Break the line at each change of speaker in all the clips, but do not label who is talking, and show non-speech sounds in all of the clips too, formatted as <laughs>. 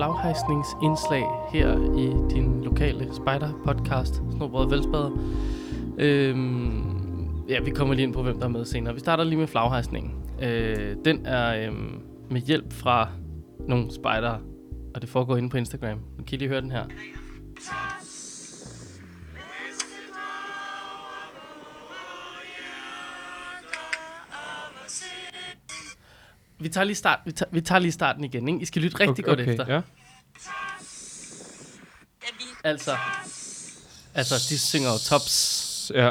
øh, afhejsningsindslag øh, her i din lokale Spider-podcast, Snobrød Velsbader. Øhm, ja, vi kommer lige ind på, hvem der er med senere. Vi starter lige med flaghejsningen. Øh, den er øhm, med hjælp fra nogle spejdere, og det foregår inde på Instagram. Nu kan I lige høre den her. Vi tager lige, start, vi tager, vi tager lige starten igen, ikke? I skal lytte rigtig okay, godt okay, efter.
Ja.
Da vi
Altså, altså, de synger jo tops.
S- ja.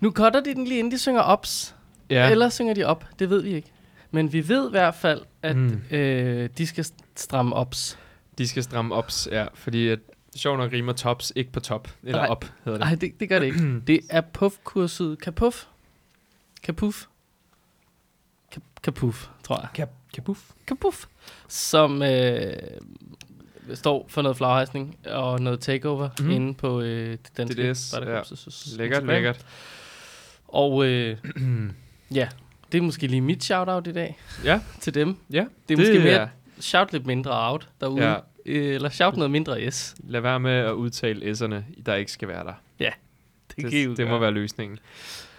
Nu cutter de den lige inden de synger ops.
Ja.
Ja. Eller synger de op, det ved vi ikke. Men vi ved i hvert fald, at
Mm.
mm. øh, de skal st- stramme ops.
De skal stramme ops, ja. Fordi at, sjovt nok rimer tops ikke på top. Eller
Nej.
op, hedder det.
Nej, det, det gør det
<clears throat>
ikke. Det er puffkurset Kapuf. Kapuf. Kap- Kapuf, tror jeg.
Kap, kapuf.
Kapuf. Som øh, står for noget flaghejsning og noget takeover
Mhm.
mm. inde på øh, det danske
DDS,
spejderkorpses
Lækkert,
Instagram.
lækkert.
Og
<clears throat>
øh, ja, det er måske lige mit shout-out i dag
Ja,
til dem.
ja.
Det er måske mere shout lidt mindre out derude.
Ja.
Ja. Eller shout noget mindre yes.
Lad være med at udtale s'erne, der ikke skal være der.
Det, kan I jo
det må
gøre.
være løsningen.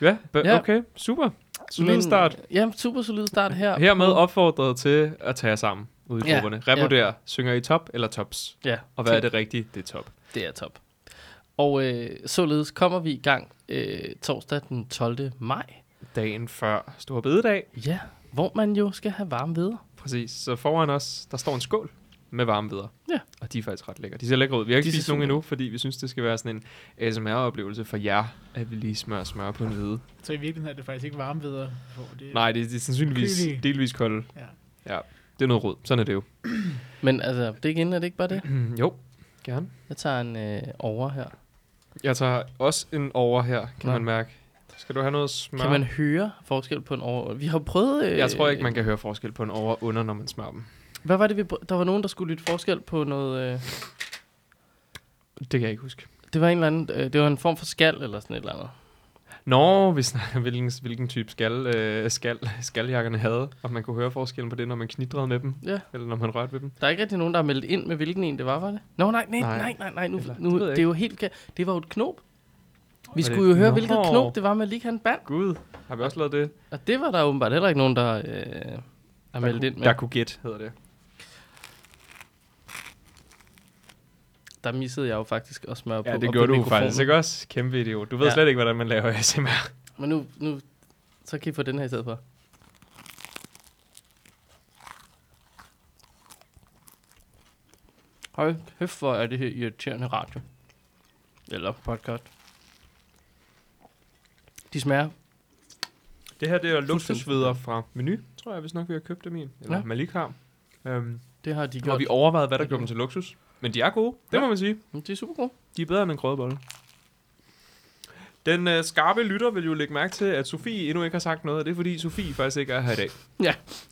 Ja, b-
Ja.
okay. Super. Solid
Men,
start.
Ja, super solid start her.
Hermed
på-
opfordret til at tage jer sammen ude i
Ja,
grupperne. Revurder, synger I top eller tops?
Ja,
Og hvad er det rigtige? Det er top.
Det er top. Og øh, således kommer vi i gang øh, torsdag den 12. maj.
Dagen før Stor Bededag.
Ja, hvor man jo skal have varme ved.
Præcis. Så foran os, der står en skål med varme videre.
Ja.
Og de er faktisk ret lækre. De ser lækre ud. Vi har ikke
De ser
spist nogen
super
endnu, fordi vi synes, det skal være sådan en ASMR-oplevelse for jer, at vi lige smører smør på en hvide.
Så i virkeligheden er det faktisk ikke varme videre. Det,
Nej, det, det er sandsynligvis
Kølige.
delvis kolde.
Ja.
ja. Det er noget rød. Sådan er det jo. <clears throat>
Men altså, det er ikke inden, er det ikke bare det?
jo, gerne.
Jeg tager en øh, over her.
Jeg tager også en over her, kan
Nå.
man mærke. Skal du have noget smør?
Kan man høre forskel på en over? Vi har prøvet... Øh,
Jeg tror ikke, man kan høre forskel på en over og under, når man smører dem.
Hvad var det, vi prø- Der var nogen, der skulle lytte forskel på noget... Øh,
Det kan jeg ikke huske.
det var en eller anden... Øh, det var en form for skal eller sådan et eller andet.
Nå, vi snakker, hvilken, hvilken type skal, øh, skal, skaljakkerne havde, og man kunne høre forskellen på det, når man knitrede med dem,
Ja.
eller når man rørte ved dem.
Der er ikke rigtig nogen, der har meldt ind med, hvilken en det var, var det? Nå, nej, nej,
Nej.
nej, nej, nej, nu,
Eller- det
nu
ved jeg
det, er
ikke.
jo helt... forkert. Det var jo et knop. Vi
det-
skulle jo høre,
Nå.
hvilket knop det var med Likan Band.
Gud, har vi også lavet det?
Og det var der åbenbart heller ikke nogen, der øh, har
Der
meldt
kunne,
ind med.
der kunne gætte, hedder det.
Der missede jeg jo faktisk at smøre på.
Ja,
op
det
på
gjorde du
mikrofonen.
faktisk, ikke også? Kæmpe video. Du ved ja.
Ja.
slet ikke, hvordan man laver ASMR.
Men nu, nu, så kan I få den her i stedet for. Hold kæft, hvor er det her irriterende radio. Eller podcast. De smager
Det her, det er luksusveder
luksusvidder
fra Menu, tror jeg, hvis nok vi har købt dem i. Eller
Eller
ja. Malik har. Øhm,
Det har de
og
gjort.
vi
Vi...
overvejede, hvad der gjorde dem til luksus. Men de er gode, det ja.
Ja.
må man sige.
Det er super gode.
De er bedre end en grødebolle. Den øh, skarpe lytter vil jo lægge mærke til, at Sofie endnu ikke har sagt noget, og det er fordi Sofie faktisk ikke er her i dag.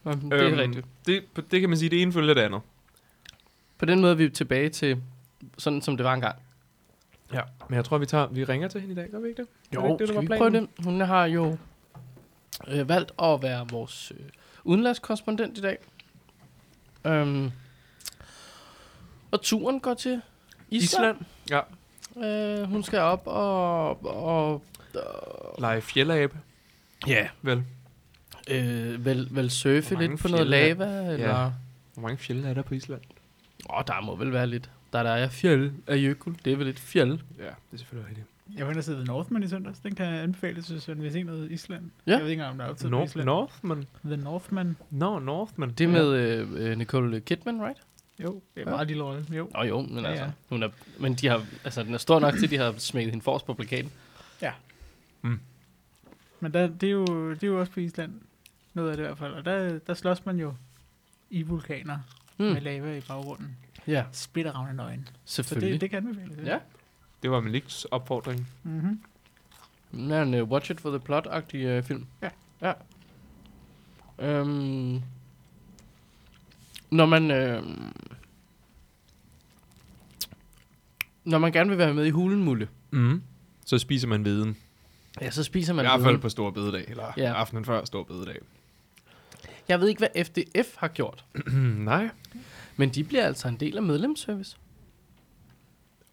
Jamen, det
øhm.
er rigtigt.
Det, på- det kan man sige, det ene følger det andet.
På den måde er vi tilbage til sådan, som det var engang.
Ja. Men jeg tror, vi tager, vi ringer til hende i dag, gør vi ikke det? Jo, det,
skal vi prøve det? Hun har jo øh, valgt at være vores øh, udenlandskorrespondent i dag. Øhm, og turen går til Island.
Ja.
Island. Øh, hun skal op og... og
Lege fjellabe,
ja.
vel?
Øh, vel, vel surfe
Hvor mange
lidt på noget
fjelde
lava, eller... Ja.
Hvor mange fjelle er der på Island?
Åh, der må vel være lidt. Der, der er fjeld af Jökull. Det er vel et fjeld.
Ja, det er selvfølgelig rigtigt.
Jeg var inde og se The Northman i søndags. Den kan jeg anbefale til Søren, hvis ikke noget Island.
Ja.
Jeg ved ikke engang, om der er optaget på
North,
Island.
Northman?
The Northman.
Nå, no, Northman.
Det er med øh, øh, Nicole Kidman, right?
Jo, det er en
Ja.
meget lille rolle. Jo.
Nå jo, men
Ja,
altså,
ja.
Hun er, men de har, altså, den er stor nok til, at de har smækket hende forrest på plakaten.
Men der, det, er jo, det er jo også på Island. Noget af det i hvert fald. Og der, der slås man jo i vulkaner
Hmm.
mm. med lava i baggrunden.
Ja,
Splitteravne nøgen. Så
selvfølgelig.
det, det kan anbefales.
Ja.
Det var Maliks opfordring.
Mm-hmm.
Den er en uh, Watch It for the Plot-agtig uh, film.
Ja.
ja. Øhm, når man... Øh, når man gerne vil være med i hulenmulle,
Mm. Så spiser man viden.
ja, så spiser man
I hvert fald
viden.
på Stor Bededag, eller
Ja.
aftenen før Stor Bededag.
Jeg ved ikke, hvad FDF har gjort,
<clears throat> Nej.
Men de bliver altså en del af medlemsservice.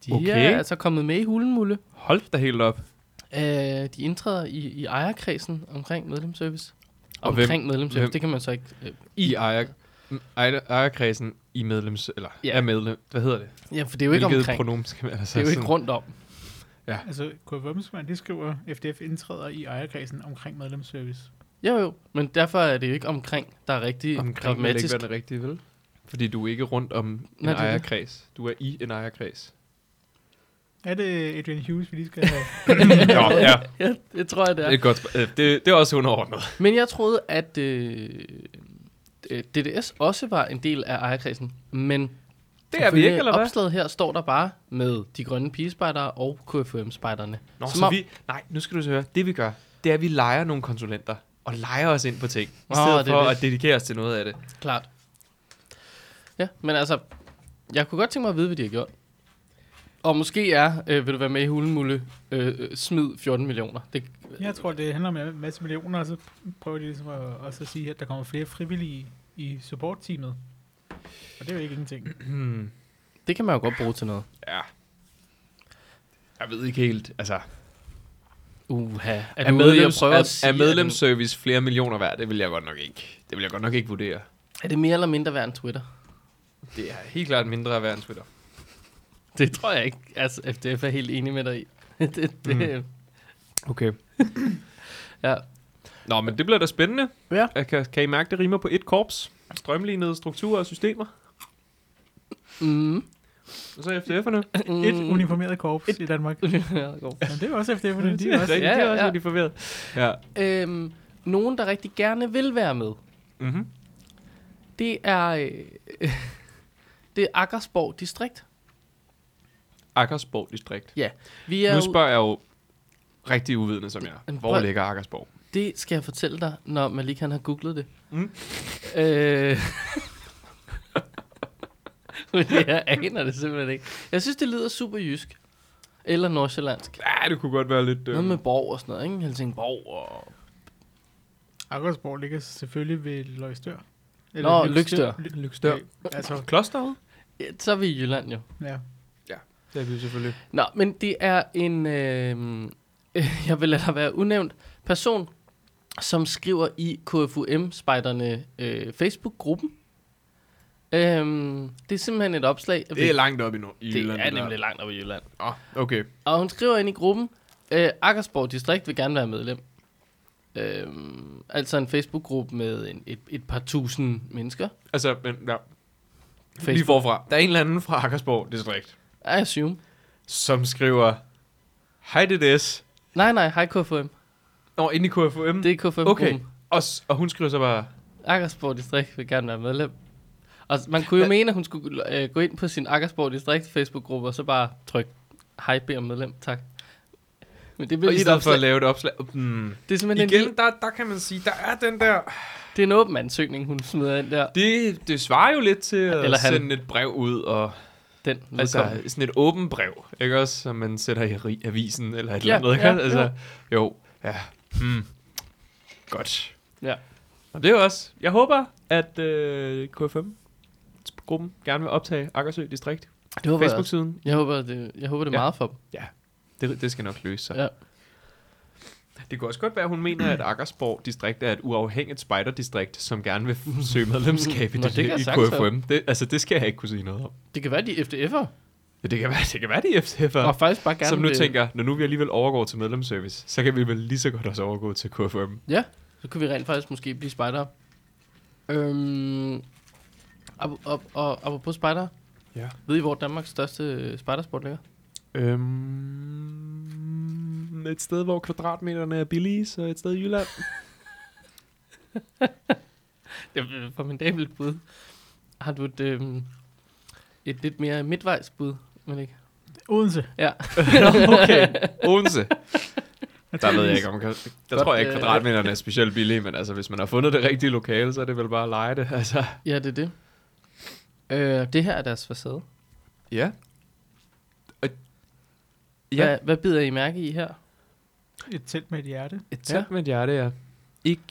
De okay.
Okay.
er altså kommet med i hulenmulle.
Hold da helt op.
Øh, de indtræder i, i ejerkredsen omkring medlemsservice.
Og hvem-
omkring medlemsservice,
hvem-
det kan man så ikke... Øh,
I ejer, ejer, ejerkredsen i medlems... Eller
Ja.
er medlem... Hvad hedder det? Det
ja, for det er jo ikke omkring.
pronomen skal man altså
Det er jo ikke
sådan-
rundt om.
Altså, Kurt Womsmann, de skriver, FDF indtræder i ejerkredsen omkring medlemsservice.
Jo jo, men derfor er det jo ikke omkring, der er rigtig
omkring vil ikke
dramatisk.
være den rigtige, vel? Fordi du er ikke rundt om en
Nej, det er det.
ejerkreds. Du er i
<laughs>
en ejerkreds.
Er det Adrian Hughes, vi lige skal have?
Nå, ja.
ja, det tror jeg, det
Det
er.
er, et godt, sp- øh, det, det er også underordnet.
Men jeg troede, at øh, øh, DDS også var en del af ejerkredsen, men
Det er vi
ifølge
ikke, eller hvad?
opslaget her står der bare med de grønne pigespejdere og KFM-spejderne.
Nå,
Som
så
om-
vi, nej, nu skal du så høre. Det vi gør, det er, at vi leger nogle konsulenter og leger os ind på ting, i
Åh,
stedet
det er
for
det.
at dedikere os til noget af det.
Klart. Ja, men altså, jeg kunne godt tænke mig at vide, hvad de har gjort. Og måske er, øh, vil du være med i hulenmulle, øh, øh, smid 14 millioner. Det,
Jeg tror, det handler om en masse millioner, og så prøver de ligesom at, også at sige, at der kommer flere frivillige i supportteamet. Og det er jo ikke ingenting.
Hmm.
det kan man jo godt bruge til noget.
Ja. Jeg ved ikke helt. Altså,
Uha. Er,
er,
du ude i at
medlems,
prøve at
er,
sige,
er
at
medlemsservice flere millioner værd? Det vil jeg godt nok ikke. Det vil jeg godt nok ikke vurdere.
den- er det mere eller mindre værd end Twitter?
Det er helt klart mindre værd end Twitter.
Det tror jeg ikke. Altså, FDF er helt enig med dig i. <laughs> det, det, mm. <laughs>
Okay.
Ja.
Nå, men det bliver da spændende.
Ja.
Jeg Kan, kan I mærke, det rimer på et korps? Strømlignede strukturer og systemer.
Mm.
Og så FDF'erne.
<laughs>
Et uniformeret korps i Danmark.
ja, jo.
Jamen, det er jo også
<laughs>
FDF'erne, de er også.
rigtigt. Ja,
det er også
ja.
lidt forvirret. Ja.
øhm, nogen, der rigtig gerne vil være med,
Mm-hmm.
det er, øh, <laughs> det er Akersborg Distrikt.
Akersborg distrikt.
Vi er
Nu
jo,
spørger jeg jo rigtig uvidende, som jeg er.
Men
Hvor
prøv-
ligger Akersborg?
det skal jeg fortælle dig, når Malik han har googlet det.
Mm.
Øh, <laughs> men jeg aner det simpelthen ikke. Jeg synes, det lyder super jysk. Eller nordsjællandsk.
Ja, det kunne godt være lidt... øh,
Noget med borg og sådan noget, ikke? Helsingborg og...
Aggersborg ligger selvfølgelig ved Løgstør.
Nå,
Ly-
Lykstør.
Altså,
Klosteret?
Ja, Så er vi i Jylland jo.
ja.
Det er vi selvfølgelig.
Nå, men det er en, øh, <laughs> øh, jeg vil lade dig være unævnt, person, som skriver i KFUM-spejderne øh, Facebook-gruppen. Øhm, det er simpelthen et opslag.
Det er langt op i, no- i Jylland.
det er
der.
nemlig langt op i Jylland.
Åh, okay.
Og hun skriver ind i gruppen, øh, Akersborg Distrikt vil gerne være medlem. Øhm, altså en Facebook-gruppe med en, et, et par tusind mennesker.
Altså, men, ja. lige
Facebook,
forfra. Der er en eller anden fra Akersborg distrikt,
I assume.
som skriver, Hej DDS.
Nej, nej, hej KFUM.
Nå, inde i KFUM.
Det er KFUM-gruppen.
Okay. Og, s- og hun skriver så bare,
Akersborg Distrikt vil gerne være medlem. Og s- man kunne jo
Hva-
mene, at hun skulle øh, gå ind på sin Akersborg Distrikt Facebook-gruppe, og så bare trykke, hej, bed om medlem, tak. Men det bliver
og i
lige et
stedet for
opslag.
at lave et opslag. Mm.
Det er simpelthen en,
Igen,
lille-
der, der kan man sige, der er den der...
det er en åben ansøgning, hun smider ind der.
Det, det svarer jo lidt til at
Eller
Eller
han.
sende et brev ud, og
Den
altså
altså,
sådan et åbent brev, ikke også, som man sætter i ri- avisen eller et
Ja,
eller andet, ikke?
ja,
altså, jo. jo, ja, hmm. godt.
Ja.
Og det er jo også, jeg håber, at øh, KFM-gruppen gerne vil optage Akersø
det
Distrikt,
håber jeg, også.
Facebook-siden.
jeg håber, det, jeg håber, det er
Ja.
meget for dem.
Det, det skal nok løse sig.
Ja.
Det kunne også godt være, at hun mener, at Akersborg distrikt er et uafhængigt spejderdistrikt, som gerne <laughs> vil f- søge medlemskab i,
Nå,
det,
det kan
i
sagtens være.
KFM. Det, altså, det skal jeg ikke kunne sige noget om.
Det kan være, de er FDF'er,
Ja, det kan være, det kan være de FCF'er.
og faktisk bare gerne
som nu
vil,
tænker, når nu vi alligevel overgår til medlemsservice, så kan vi vel lige så godt også overgå til KFM.
Ja, så kunne vi rent faktisk måske blive spejdere. Øhm, og, og, og apropos spejdere,
Ja.
ved I, hvor Danmarks største øh, spejdersport ligger?
Øhm, et sted, hvor kvadratmeterne er billige, så et sted i Jylland.
Det er et formidabelt bud. Har du et, øhm, et lidt mere midtvejsbud, men
<laughs>
ikke?
Odense.
Ja.
okay, <laughs> Odense. Der ved jeg ikke om... Der
Godt,
tror jeg ikke,
øh,
kvadratmeterne er specielt billige, men altså, hvis man har fundet det rigtige lokale, så er det vel bare at lege det. <laughs> Altså.
<laughs> ja, det er det. Øh, det her er deres facade.
Ja.
Ja.
Ja.
Hvad, hvad bider I mærke i her?
Et telt med et hjerte.
Et
Ja.
tæt med et hjerte, ja. Ikke,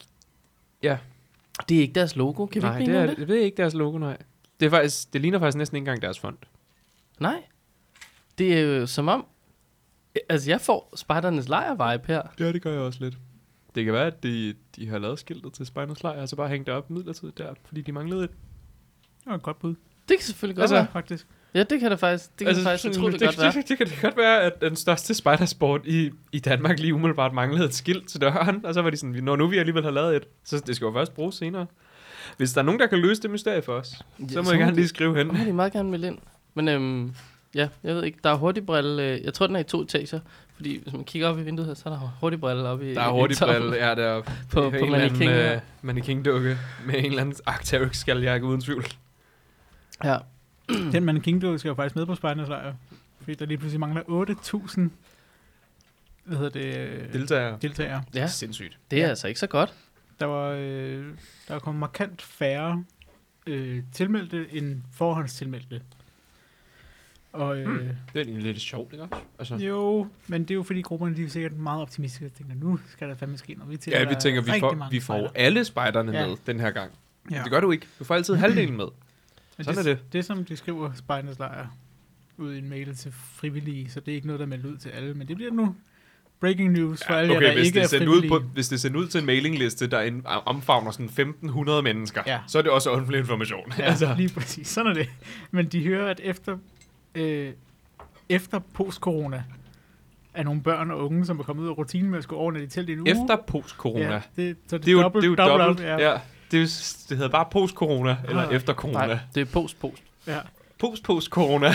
Det er ikke deres logo, kan vi
nej,
ikke
det
blive
er,
enige om det?
det er ikke deres logo, nej. Det, er faktisk, det ligner faktisk næsten ikke engang deres fond.
Nej. Det er jo som om... Altså, jeg får spejdernes lejr-vibe her.
Ja, det gør jeg også lidt. Det kan være, at de, de har lavet skiltet til Spejners Lejr, og så bare hængt det op midlertidigt der, fordi de manglede et.
Det var et godt bud.
Det kan selvfølgelig godt altså,
Altså,
være.
Faktisk. <clears throat>
Ja, det kan det faktisk. Det kan altså, faktisk
sådan,
utroligt
det,
godt være.
det, det, kan det godt være, at den største spejdersport i, i Danmark lige umiddelbart manglede et skilt til døren, og så var de sådan, når nu vi alligevel har lavet et, så det skal jo først bruges senere. Hvis der er nogen, der kan løse det mysterie for os,
Ja,
<laughs> så må
så
jeg
må
gerne
de-
lige skrive hen.
Den har de meget gerne meldt ind. Men øhm, ja, jeg ved ikke. Der er hurtigbrille. Øh, jeg tror, den er i to etager. Fordi hvis man kigger op i vinduet her, så er der hurtigbrille oppe i
Der
<laughs>
er
i
hurtigt
toppen.
brille, ja, der
På- på mannequin, ja.
øh, mannequin dukke med en eller anden Arcteryx skaljakke uden tvivl.
Ja.
Den mand King skal jo faktisk med på Spejdernes lejr. Fordi der lige pludselig mangler 8.000 hvad hedder det, øh,
Deltager.
deltagere.
ja,
Sindssygt.
det er
Ja.
altså ikke så godt.
Der var øh, der kom markant færre øh, tilmeldte end forhåndstilmeldte. Og øh,
Det er egentlig lidt sjovt, ikke også? Altså,
Jo, men det er jo fordi grupperne de er sikkert meget optimistiske og tænker, nu skal der fandme ske noget. Vi
ja, vi
tæller
tænker, vi
rigtig
får,
mange
vi får
spejder.
alle spejderne
Ja.
med den her gang.
Ja.
Det gør du ikke. Du får
<laughs>
altid halvdelen med.
Men
sådan er
det. Det som de skriver Spejdernes Lejr ud i en mail til frivillige, så det er ikke noget, der er meldt ud til alle, men det bliver nu breaking news for alle jer, der
hvis
ikke
det,
er
er sendt ud
frivillige.
på, hvis det er sendt ud til en mailingliste, der en- omfavner sådan 1.500 mennesker,
Ja.
så er det også offentlig information. <laughs>
Ja, <laughs> altså. lige præcis. Sådan er det. Men de hører, at efter, øh, efter post-corona er nogle børn og unge, som er kommet ud af rutinen med at skulle overnatte i telt i en uge.
Efter post-corona.
Ja,
Ja.
det, så det,
Det er jo
dobbelt,
det er jo
dobbelt,
dobbelt.
op,
ja. Det, er jo, s- det hedder bare post-corona, eller
Ah, Nej.
efter corona.
Nej, det er post-post.
ja.
Post-post-corona.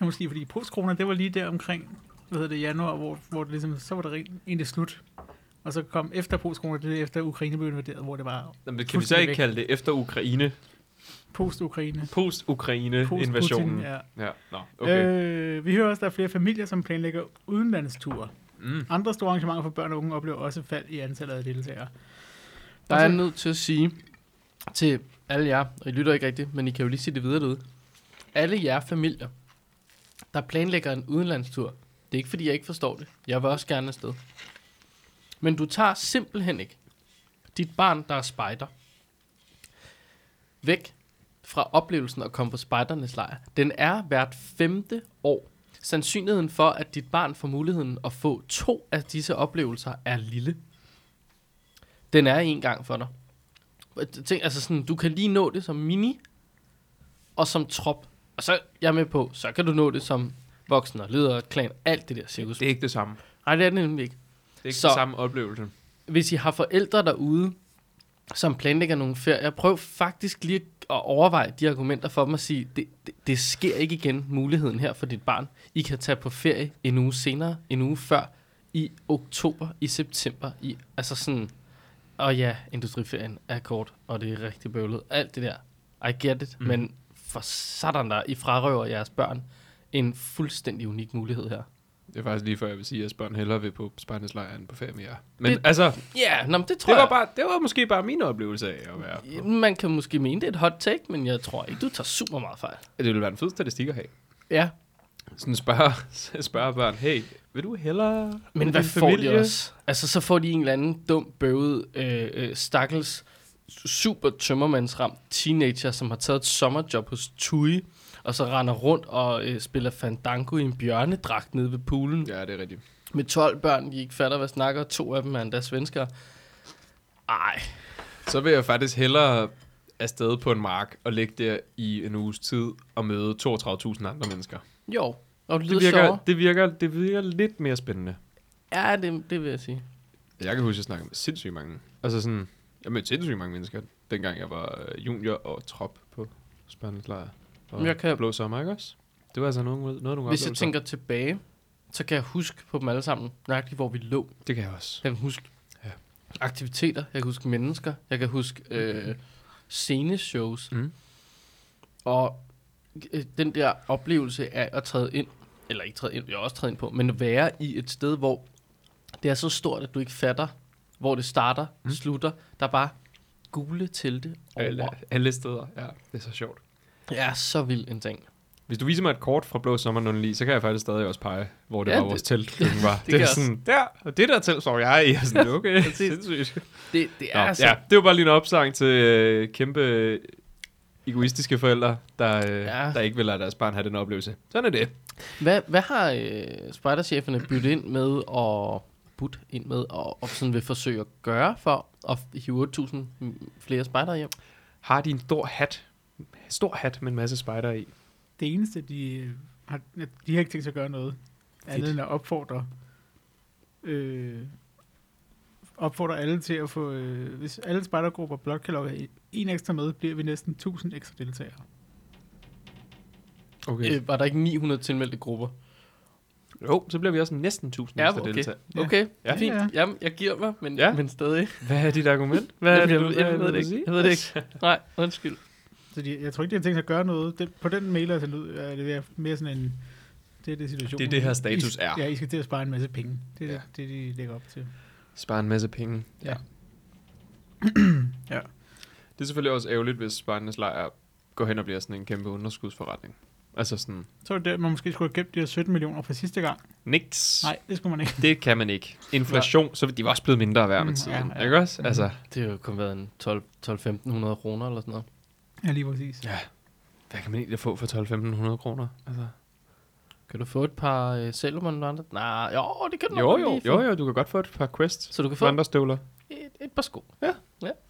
Ja, Måske fordi post-corona, det var lige der omkring, hvad hedder det, januar, hvor, hvor det ligesom, så var det rent- egentlig slut. Og så kom efter post-corona, det er efter Ukraine blev invaderet, hvor det var
Jamen, kan vi så
Fuldstændig
ikke
væk.
kalde det efter Ukraine?
post-Ukraine.
Post-Ukraine-invasionen.
Ja.
Ja, nå, okay.
Okay. Øh, vi hører også, at der er flere familier, som planlægger udenlandsture.
Mm.
Andre store arrangementer for børn og unge oplever også fald i antallet af deltagere.
Der er jeg
Altså-
nødt til at sige til alle jer, og I lytter ikke rigtigt, men I kan jo lige sige det videre derude. Alle jer familier, der planlægger en udenlandstur, det er ikke fordi, jeg ikke forstår det. Jeg vil også gerne afsted. Men du tager simpelthen ikke dit barn, der er spejder, væk fra oplevelsen at komme på spejdernes lejr. Den er hvert femte år. Sandsynligheden for, at dit barn får muligheden at få to af disse oplevelser, er lille. Den er en gang for dig. Tænk, altså sådan, du kan lige nå det som mini, og som trop. Og så, jeg er med på, så kan du nå det som voksen og leder, klan, alt det der cirkus.
Det er ikke det samme. Det
Nej, det er det nemlig ikke.
er ikke
Så-
så. den samme oplevelse.
hvis I har forældre derude, som planlægger nogle ferier, prøv faktisk lige at overveje de argumenter for dem og sige, det, det, det sker ikke igen, muligheden her for dit barn. I kan tage på ferie en uge senere, en uge før, i oktober, i september, i, altså sådan, og ja, industriferien er kort, og det er rigtig bøvlet, alt det der. I get it, mm.
Mm.
men for sådan der, I frarøver jeres børn en fuldstændig unik mulighed her.
Det er faktisk lige før, jeg vil sige, at jeres børn hellere vil på Spejnes lejr end på ferie med jer. Men
Det-
det, altså,
Ja, yeah, nå, men det tror
det var,
jeg.
bare, det var måske bare min oplevelse af at være på.
Man kan måske mene, det er et hot take, men jeg tror ikke, du tager super meget fejl.
Det ville være en fed statistik at have.
Ja,
Sådan spørge, <laughs> spørge børn, hey, vil du hellere...
men
med
hvad
din
får de også? Altså, så får de en eller anden dum, bøvet, øh, øh, stakkels, super tømmermandsramt teenager, som har taget et sommerjob hos Tui, og så render rundt og øh, spiller fandango i en bjørnedragt nede ved poolen, ja.
Ja, det er rigtigt.
med 12 børn, de ikke fatter, hvad snakker, to af dem er endda svenskere. Ej,
Så vil jeg faktisk hellere afsted på en mark og ligge der i en uges tid og møde 32.000 andre mennesker.
jo, og det
Det
lyder
virker,
sjovere.
det, virker, det virker lidt mere spændende.
Ja, det, det vil jeg sige.
Jeg kan huske, at jeg snakkede med sindssygt mange. Altså sådan, jeg mødte sindssygt mange mennesker, dengang jeg var øh, junior og trop på Spanisk Lejr. Og
Men jeg kan-
Blå Sommer, ikke også? Det var altså nogle, noget, nogle
Hvis jeg
oplevelser.
tænker tilbage, så kan jeg huske på dem alle sammen, nøjagtigt hvor vi lå.
Det kan jeg også.
Jeg kan huske ja.
Ja.
aktiviteter, jeg kan huske mennesker, jeg kan huske øh, sceneshows,
Mm.
og øh, den der oplevelse af at træde ind, eller ikke træde ind, jeg er også træde ind på, men at være i et sted, hvor det er så stort, at du ikke fatter, hvor det starter, mm. slutter. Der er bare gule telte
Alle,
over.
alle steder, ja. Det er så sjovt.
Det er så vild en ting.
Hvis du viser mig et kort fra Blå Sommer nogen lige, så kan jeg faktisk stadig også pege, hvor det
Ja,
ja,
<laughs>
var
det-
vores teltkøkken var. det,
kan
det er
jeg
sådan, der, og det der telt, så jeg i. Og sådan, okay,
<laughs> Præcis. altså-
sindssygt.
Det, det
Nå,
er så
ja, det var bare lige en opsang til øh, kæmpe egoistiske forældre, der, øh,
Ja.
ja. der ikke vil lade deres barn have den oplevelse. Sådan er det.
Hvad, hvad har øh, spejdercheferne byttet ind med og budt ind med og, og sådan vil forsøge at gøre for at f- hive 8.000 flere spejder hjem?
Har de en stor hat? Stor hat med en masse spejder i.
Det eneste, de øh, har, de har ikke tænkt sig at gøre noget, andet end at opfordre, øh, opfordre alle til at få, øh, hvis alle spejdergrupper blot kan logge en ekstra med, bliver vi næsten 1000 ekstra deltagere.
Okay.
Øh, var der ikke 900 tilmeldte grupper?
Jo, så bliver vi også næsten 1000
Ja,
ekstra
okay.
deltagere.
Ja.
Okay,
Ja.
fint.
Ja, ja.
Jamen, jeg giver mig, men,
Ja.
men stadig.
Hvad er dit argument? Hvad er
Jamen,
det,
jeg,
du,
ved-
hvad
jeg,
er
ved det
du
ikke.
siger?
Jeg ved det ikke. Nej, undskyld.
Så de, jeg tror ikke, de har tænkt sig at gøre noget. Det, på den mail, jeg sendte ud, er det mere- mere sådan en... Det er det situation.
Det er det her status
I,
er.
Ja, I skal til at spare en masse penge. Det er
Ja.
ja. det, de lægger op til.
Spare en masse penge.
Ja.
<clears throat>
Ja.
Det er selvfølgelig også ærgerligt, hvis Spartanes lejr går hen og bliver sådan en kæmpe underskudsforretning. Altså sådan,
Så er det der, man måske skulle have gemt de her 17 millioner fra sidste gang.
niks.
Nej, det skulle man ikke.
Det kan man ikke. Inflation, så de var også blevet mindre værd med
Mm,
tiden.
ja, ja.
Ikke også?
Mm.
Altså,
Det har jo kun været en 12 12-1500 kroner eller sådan noget.
Ja, lige præcis.
Ja. hvad kan man egentlig få for 12-1500 kroner? Altså.
Kan du få et par øh, Salomon eller andet? Nej, jo, det kan du
Jo,
nok
jo,
lige få.
jo, jo, du kan godt få et par Quest
Så du kan få
vandrestøvler.
et, et par sko.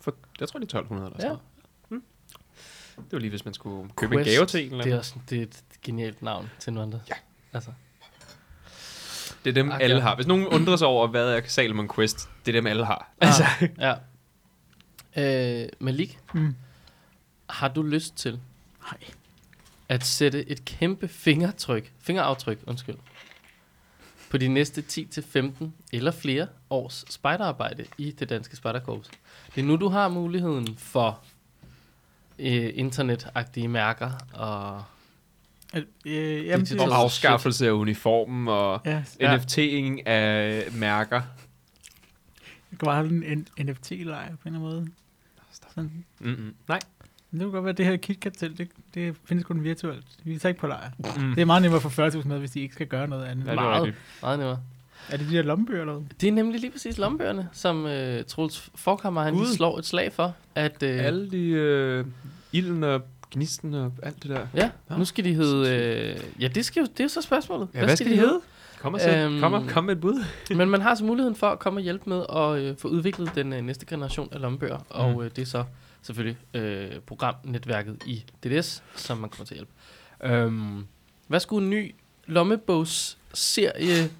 For, jeg tror, det er 1200 eller
Ja.
sådan noget. Mm. Det var lige, hvis man skulle købe
Quest,
en gave til en eller
Det er,
anden.
også, det er et genialt navn til en vandre. Ja. Altså,
Det er dem,
Ah,
alle
ja.
har. Hvis nogen undrer sig over, hvad er Salomon Quest, det er dem, alle har.
Ah.
Altså,
ja. Øh, Malik,
Mm.
har du lyst til
Nej.
at sætte et kæmpe fingertryk, fingeraftryk, undskyld, på de næste 10-15 eller flere års spejderarbejde i det danske spejderkorps. Det er nu, du har muligheden for øh, internetagtige mærker og
At, øh, jamen,
Digital
det,
om
Shit.
afskaffelse af uniformen og
ja,
Ja.
NFT'ing af mærker.
det kan bare holde en, en NFT-lejr på en eller anden måde. Sådan.
Mm-mm. Nej.
Men det kunne godt være, at det her KitKat-telt, det, det findes kun virtuelt. Vi tager ikke på lejr.
Mm.
Det er meget nemmere at få 40.000 med, hvis de ikke skal gøre noget andet.
Ja, det er
meget.
rigtigt.
meget nemmere.
Er det de der lommebøger eller hvad?
Det er nemlig lige præcis lommebøgerne, som øh, Troels Forkammer, han
Gud.
lige slår et slag for, at... Øh,
Alle de øh, ilden og gnisten og alt det der.
Ja,
Nå,
nu skal de hedde... Øh, ja, det, skal jo, det er jo så spørgsmålet.
Ja, hvad skal de hedde? Kom og, sæt,
Øhm,
kom, og, kom med et bud.
Men man har så muligheden for at komme og hjælpe med at øh, få udviklet den øh, næste generation af
Mm.
lommebøger, og øh, det er så selvfølgelig øh, programnetværket i DDS, som man kommer til at hjælpe. Øhm, hvad skulle en ny lommebogsserie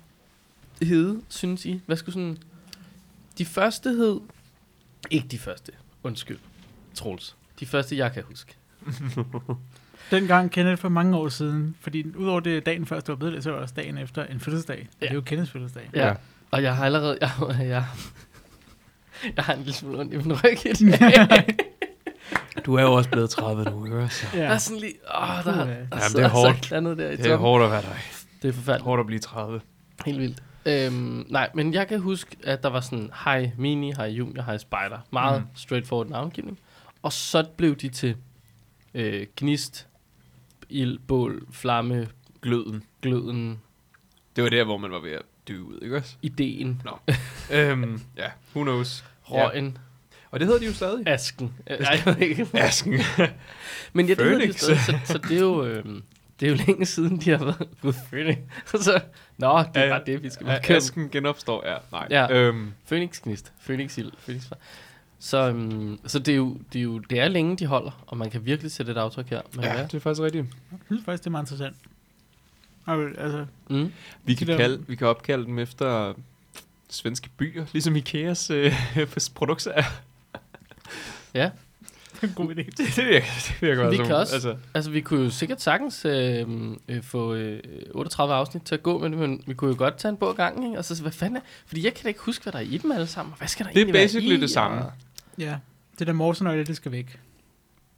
hedde, synes I? Hvad skulle sådan... De første hed... Ikke de første, undskyld. Troels. De første, jeg kan huske.
Dengang Kenneth for mange år siden, fordi udover det dagen før store bededag, så var det også dagen efter en fødselsdag. Ja. Det er jo
<laughs>
Kenneths fødselsdag.
Ja.
Ja.
Og jeg har allerede... Jeg, <laughs> jeg, jeg har en lille smule ondt i min ryg i dag.
Du er jo også blevet 30 nu, ikke? Så.
Der er sådan lige... Åh, der,
Puha.
der, der
Jamen, det
sidder
er hårdt.
altså et eller andet der i
Det er
toppen.
hårdt at være dig.
Det er forfærdeligt.
Hårdt at blive 30.
Helt vildt. Øhm, nej, men jeg kan huske, at der var sådan, hej Mini, hej Junior, hej Spider. Meget mm. straightforward navngivning. Og så blev de til øh, gnist, ild, bål, flamme,
Gløden.
gløden,
Det var der, hvor man var ved at dø ud, ikke også?
ideen,
øhm, ja, who knows. Ja.
røgen,
Og det hedder de jo stadig.
ja. asken.
<laughs>
Øh, ej, jeg ved ikke.
Asken.
Men ja, det hedder de
Phoenix.
stadig, så, så det er jo... Øhm, det er jo længe siden, de har været Gud, Phoenix. <laughs> så, nå, det er
Ja,
bare det, vi skal bare
Ja,
køre.
Asken genopstår, ja. Nej.
Ja.
Øhm,
Phoenix Gnist, Phoenix Ild, Phoenix Fire. Så, um, så det, er jo, det, er jo, det er længe, de holder, og man kan virkelig sætte et aftryk her. Men
ja,
ja.
det er faktisk rigtigt.
Jeg synes faktisk, det er meget interessant. Og, altså, <laughs>
Mm.
Vi
Det
kan,
der-
kalde, vi kan opkalde dem efter svenske byer, ligesom Ikeas øh, <laughs> produkter er.
det er en god idé.
Det, det virker, det
Vi
virker altså,
kan også-
Altså,
Altså, vi kunne jo sikkert sagtens øh, øh, få øh, 38 afsnit til at gå med det, men vi kunne jo godt tage en bog ad gangen, ikke? Og så hvad fanden er, Fordi jeg kan da ikke huske, hvad der er i dem alle sammen, og hvad skal der
Det er
egentlig være
basically
i,
det samme.
Og...
Ja, det der morsenøgle, det skal væk.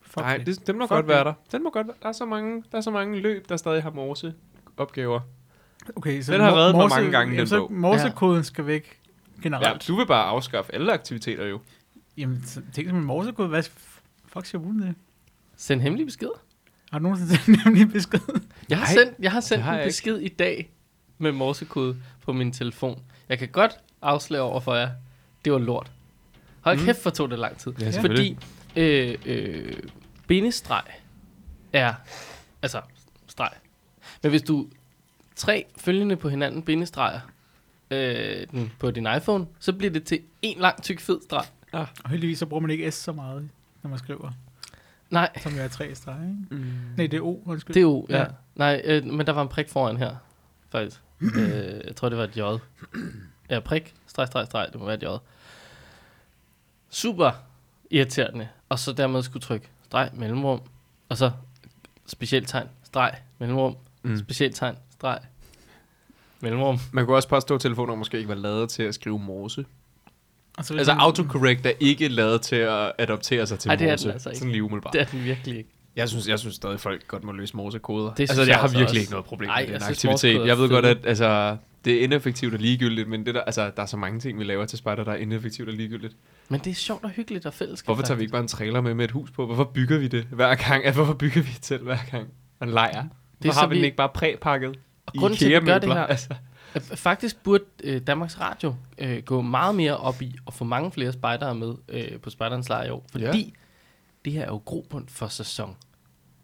Fuck
nej, det, den må
Fuck
godt
det.
være der. Den må godt være. Der er så mange, der er så mange løb, der stadig har morse opgaver.
Okay, så
Den har
mor-
reddet mig
morse-
mange gange,
jamen,
den
så
bog.
Morsekoden skal væk
Ja,
generelt. Ja.
du vil bare afskaffe alle aktiviteter jo.
Jamen, så tænk som en morsekode. Hvad f- fuck skal jeg bruge den til?
Send hemmelige beskeder.
Har du nogensinde <laughs> sendt nemlig besked?
Jeg har
Nej,
sendt, jeg har sendt
har
har en
jeg ikke.
besked i dag med morsekode på min telefon. Jeg kan godt afsløre over for jer, det var lort. Hold
Mm.
kæft, for tog det lang tid.
Ja,
selvfølgelig.
Fordi øh, øh, bindestreg er, altså streg. Men hvis du tre følgende på hinanden bindestreger øh, den på din iPhone, så bliver det til en lang tyk fed streg.
Og heldigvis så bruger man ikke S så meget, når man skriver,
Nej,
som jo er tre streger, ikke?
Mm.
Nej, det er O, undskyld.
det er jo, ja.
Ja.
Nej, øh, men der var en prik foran her, faktisk. øh, jeg tror, det var et J. Ja, prik, streg, streg, streg, det må være et J. Super irriterende. Og så dermed skulle trykke streg, mellemrum, og så specielt tegn, streg, mellemrum,
Mm.
specielt tegn, streg, mellemrum.
Man kunne også påstå, at telefoner måske ikke var lavet til at skrive morse.
Og så vil
Altså
den-
autocorrect er ikke lavet til at adoptere sig til
Mm. Ej,
Ej,
det er
morse.
den altså ikke.
Sådan lige umiddelbart.
Det er den virkelig ikke.
Jeg synes, jeg synes stadig, folk godt må løse morsekoder.
synes
altså, jeg,
jeg
har
altså
virkelig
også.
ikke noget problem
Ej,
med
jeg
den
synes,
aktivitet.
morsekoder
Jeg
er
ved godt,
fede.
at altså, det er ineffektivt og ligegyldigt, men det der, altså, der er så mange ting, vi laver til spejder, der er ineffektivt og ligegyldigt.
Men det er sjovt og hyggeligt og fællesskab.
Hvorfor tager vi ikke bare en trailer med med et hus på? Hvorfor bygger vi det hver gang? Altså, hvorfor bygger vi et telt hver gang? Og en lejr. Hvorfor
så
har vi,
vi-
den ikke bare præpakket? Og
grunden til, at vi gør det her-
Altså,
Øh, Faktisk burde øh, Danmarks Radio øh, gå meget mere op i at få mange flere spejdere med øh, på Spejderens Lejr i år. Fordi
Ja.
det her er jo grobund for sæson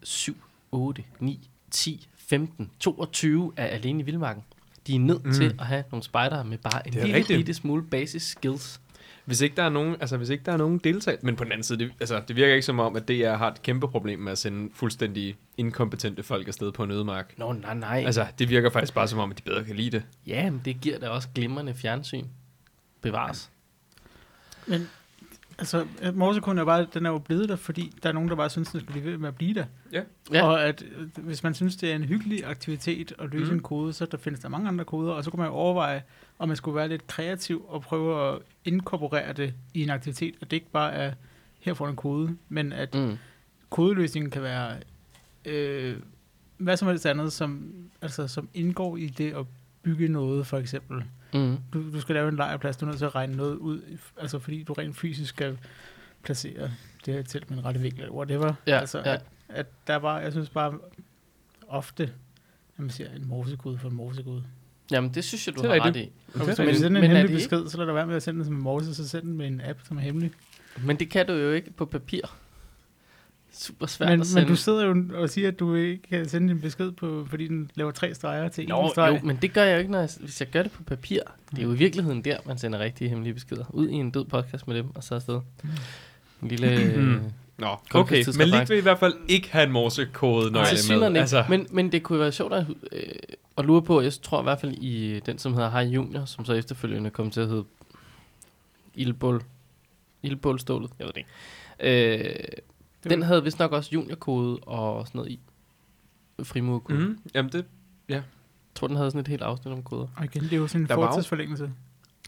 7, 8, 9, 10, 15, 22 af Alene i Vildmarken. De er nødt
Mm.
mm. til at have nogle spejdere med bare en
Det er
lille,
rigtigt.
lille smule basis skills.
Hvis ikke der er nogen, altså hvis ikke der er nogen deltag, men på den anden side, det, altså, det virker ikke som om, at DR har et kæmpe problem med at sende fuldstændig inkompetente folk afsted på en ødemark.
Nå, nej, nej. Altså,
Altså, det virker faktisk bare som om, at de bedre kan lide det.
ja, men det giver da også glimrende fjernsyn. Bevares.
Men altså, øh, morsekoden er jo bare, den er jo blevet der, fordi der er nogen, der bare synes, den skal blive ved med at blive der. Ja.
Ja.
Og at øh, hvis man synes, det er en hyggelig aktivitet at løse
Mm.
mm. en kode, så der findes der mange andre koder, og så kunne man jo overveje, om man skulle være lidt kreativ og prøve at inkorporere det i en aktivitet, at det ikke bare er, her får du en kode, men at
Mm.
kodeløsningen kan være øh, hvad som helst andet, som, altså, som indgår i det at bygge noget, for eksempel.
Mm.
Du, du skal lave en lejrplads, du er nødt til at regne noget ud, altså fordi du rent fysisk skal placere det her telt med en rette vinkel, eller whatever.
Ja,
altså,
ja.
At, at der er bare, jeg synes bare ofte, at man siger en morsekode for en morsekode.
Jamen, det synes jeg, du
Det er
har ret
rigtigt.
i.
Og hvis
er
man vil
rigtigt.
sende
Men
en
er
hemmelig
det
besked, så lad det være med at sende den som en morse, så send den med en app, som er hemmelig.
Men det kan du jo ikke på papir. Super svært
Men,
at sende.
men du sidder jo og siger, at du ikke kan sende en besked, på, fordi den laver tre streger til én
Nå,
streg. Mm.
jo, men det gør jeg jo ikke, når jeg, hvis jeg gør det på papir. Det er jo i virkeligheden der, man sender rigtige hemmelige beskeder. Ud i en død podcast med dem, og så afsted.
Mm.
En lille... øh,
Mm. Nå, okay.
Koldkrigstidsreference.
Men Lik vil i hvert fald ikke have en morsekode nøgle
til synligheden ikke.
med.
Altså. Men, men det kunne være sjovt at, øh, at lure på, jeg tror i hvert fald i den, som hedder Hej Junior, som så efterfølgende kom til at hedde Ildbål. Ildbålstålet, jeg ved det ikke. Øh,
Det
den
var-
havde vist nok også juniorkode og sådan noget i. Frimurkode. Mm.
mm, jamen det,
Jeg tror, den havde sådan et helt afsnit om koder.
Og igen, det er jo sådan en
Der var jo-
fortidsforlængelse.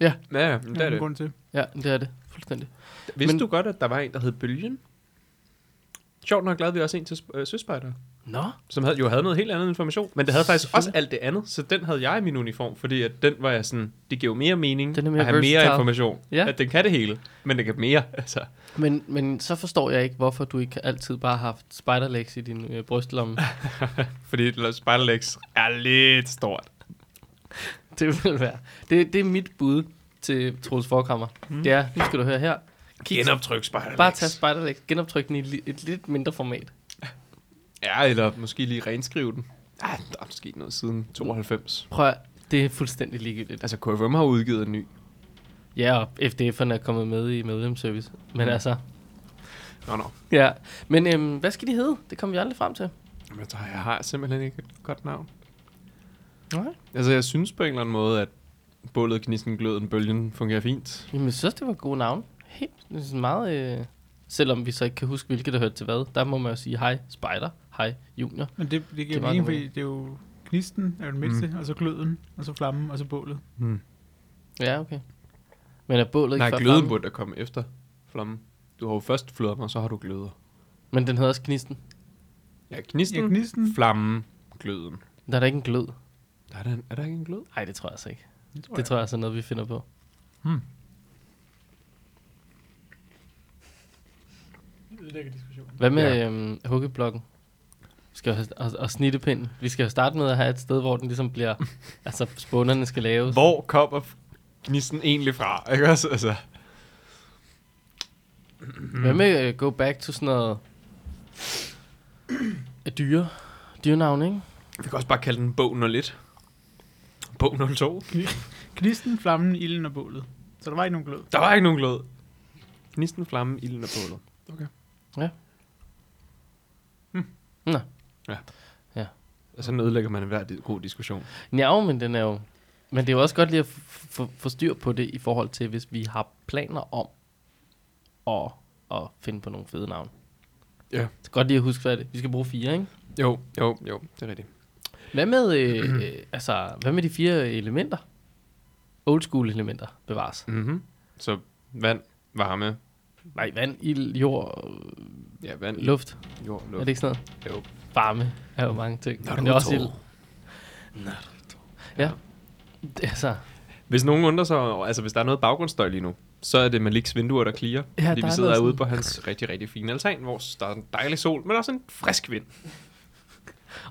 ja, ja, men det er det.
Grund til.
Ja, det er det. Fuldstændig.
Vidste
Men-
du godt, at der var en, der hed Bølgen? Sjovt nok lavede vi også en til sp- øh, Søspejder,
Nå,
som havde, jo havde noget helt andet information. Men det havde faktisk også
Selvfølgelig.
alt det andet, så den havde jeg i min uniform, fordi at den var jeg sådan, det giver jo mere mening
Den er mere
at have mere
versatile.
information.
Ja.
At den kan det hele, men den kan mere. <laughs> Altså.
Men, men så forstår jeg ikke, hvorfor du ikke altid bare har haft spiderlegs i din øh, brystlomme.
Fordi Spejderlex er lidt stort.
det vil være. Det, det er mit bud til Troels Forkammer. Mm. Det er, nu skal du høre her. Kig,
Genoptryk Spejderlex.
bare tag spiderlegs, genoptryk den i li- et lidt mindre format.
Ja, eller måske lige renskrive den. Ah, der er måske noget siden 92.
Prøv at, det er fuldstændig ligegyldigt.
Altså, KFM har udgivet en ny.
Ja, og FDF'erne er kommet med i medlemsservice. Men
Mm.
altså,
Nå, nå.
ja. Men øhm, hvad skal de hedde? Det kommer vi aldrig frem til.
Men jeg tror, jeg har simpelthen ikke et godt navn.
Nej.
Altså, jeg synes på en eller anden måde, at bålet, gnisten, gløden, bølgen fungerer fint.
Jamen, jeg synes, det var gode navne. Helt sådan meget... Øh, selvom vi så ikke kan huske, hvilke der hørte til hvad. Der må man jo sige, hej, spider. Hej, junior.
Men det, det giver
Det var
mening,
det nu.
fordi det er jo gnisten er jo den mindste,
Mm.
og så gløden, og så flammen, og så bålet.
Hmm.
Ja, okay. Men er bålet
Nej,
ikke før
gløden
flammen?
burde der komme efter flammen. Du har jo først flammen, og så har du gløder.
Men den hedder også Gnisten.
Ja,
Ja,
Mm.
gnisten,
gnisten.
flammen, gløden.
Der er da ikke en glød.
Der er, der en, er der ikke en glød?
Nej, det tror jeg altså ikke.
tror
Det
jeg.
tror jeg altså er noget, vi finder på.
Lækker diskussion.
Hvad med ja. øhm, huggeblokken? Vi skal jo have, og, og snittepinden. Vi skal jo starte med at have et sted, hvor den ligesom bliver... altså, spånerne skal laves.
Hvor kommer f- gnisten egentlig fra? Ikke også? Altså,
Hvad med øh, go back to sådan noget... af dyre, dyrenavne, ikke?
Vi kan også bare kalde den bog 01. Bog 02.
Gnisten, flammen, ilden og bålet. Så der var ikke nogen glød.
Der var ikke nogen glød. Gnisten, flamme, ilden og bålet. Okay.
Ja.
Hmm.
Nå.
Ja.
Ja.
Og sådan ødelægger man hver di- god diskussion.
Ja, men den er jo... Men det er jo også godt lige at f- f- få styr på det i forhold til, hvis vi har planer om at, at finde på nogle fede navne.
Ja.
Så godt lige at huske, hvad er det Vi skal bruge fire, ikke?
Jo, jo, jo. Det er rigtigt.
Hvad med, øh, øh, altså, hvad med de fire elementer? Old school elementer bevares.
Mm-hmm. Så vand, varme.
Nej, vand, ild, jord, øh,
Ja, vand,
luft.
jord, luft.
Er det ikke sådan noget?
Jo.
Varme er jo mange ting. Men det er også ild. Ja. Det, er altså,
Hvis nogen undrer sig, over- altså hvis der er noget baggrundsstøj lige nu, så er det Maliks vinduer, der klirer.
Ja,
fordi
der
vi
er
sidder
noget
herude
sådan.
på hans rigtig, rigtig fine altan, hvor der er en dejlig sol, men også en frisk vind.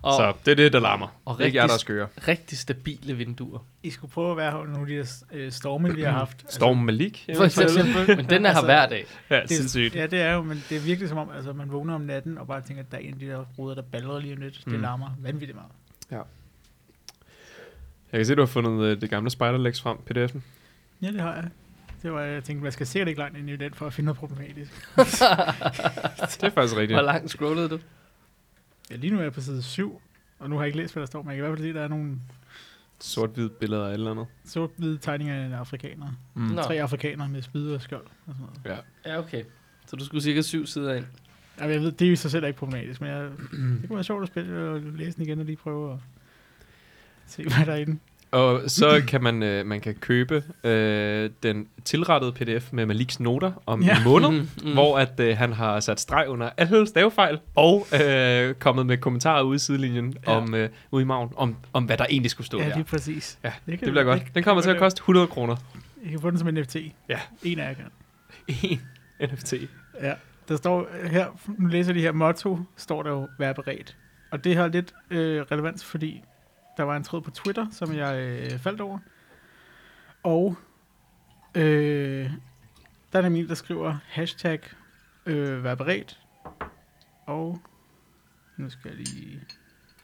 og
Så det er det, der larmer.
og
Og ikke
rigtig-
jeg, der skører.
rigtig stabile vinduer.
I skulle prøve at være her under nogle af de her øh, storme, vi har haft. Altså,
Storm Malik.
For eksempel. <laughs> Men den er her
Altså,
hver dag.
Ja,
det,
sindssygt.
ja, det er jo, men det er virkelig som om, altså, man vågner om natten og bare tænker, at der er en af de der ruder, der baller lige om lidt. Det
Mm.
larmer vanvittigt meget.
Jeg kan se, du har fundet øh, det gamle Spider-Lex frem, pdf'en.
Ja, det har jeg. Det var, jeg tænkte, man skal sikkert ikke langt ind i den for at finde noget problematisk.
Det er faktisk rigtigt.
<laughs> Hvor langt scrollede du?
Ja, lige nu er jeg på side 7, og nu har jeg ikke læst, hvad der står, men jeg kan i hvert fald se, at der er nogle
Sort-hvid billeder af et eller andet.
sort-hvide tegninger af afrikanere.
Mm.
Nå.
Tre afrikanere med spyd og skjold og sådan noget.
Ja, okay. Så du skulle cirka syv sider ind.
Jamen, jeg ved, det er jo i sig selv ikke problematisk, men
<clears throat>
jeg, det kunne være sjovt at spille og læse den igen og lige prøve at se, hvad der er i den.
Og så kan man, øh, man kan købe øh, den tilrettede pdf med Maliks noter om ja.
Ja.
en måned, mm,
Mm,
mm.
mm.
hvor at, øh, han har sat streg under alle stavefejl og øh, kommet med kommentarer ude i sidelinjen ja.
Ja.
om, øh, ude i maven om, om, hvad der egentlig skulle stå ja,
Ja,
der.
lige præcis.
Ja,
det,
Det bliver godt. Den kommer til at koste 100 kroner.
Jeg kan få den som en NFT.
Ja.
En af jer kan.
En NFT.
Ja. Der står her, nu læser jeg det her motto, står der jo, vær beredt. Og det har lidt øh, relevans, fordi der var en tråd på Twitter, som jeg øh, faldt over. Og øh, der er nemlig en, der skriver hashtag øh, vær beredt. Og nu skal jeg lige...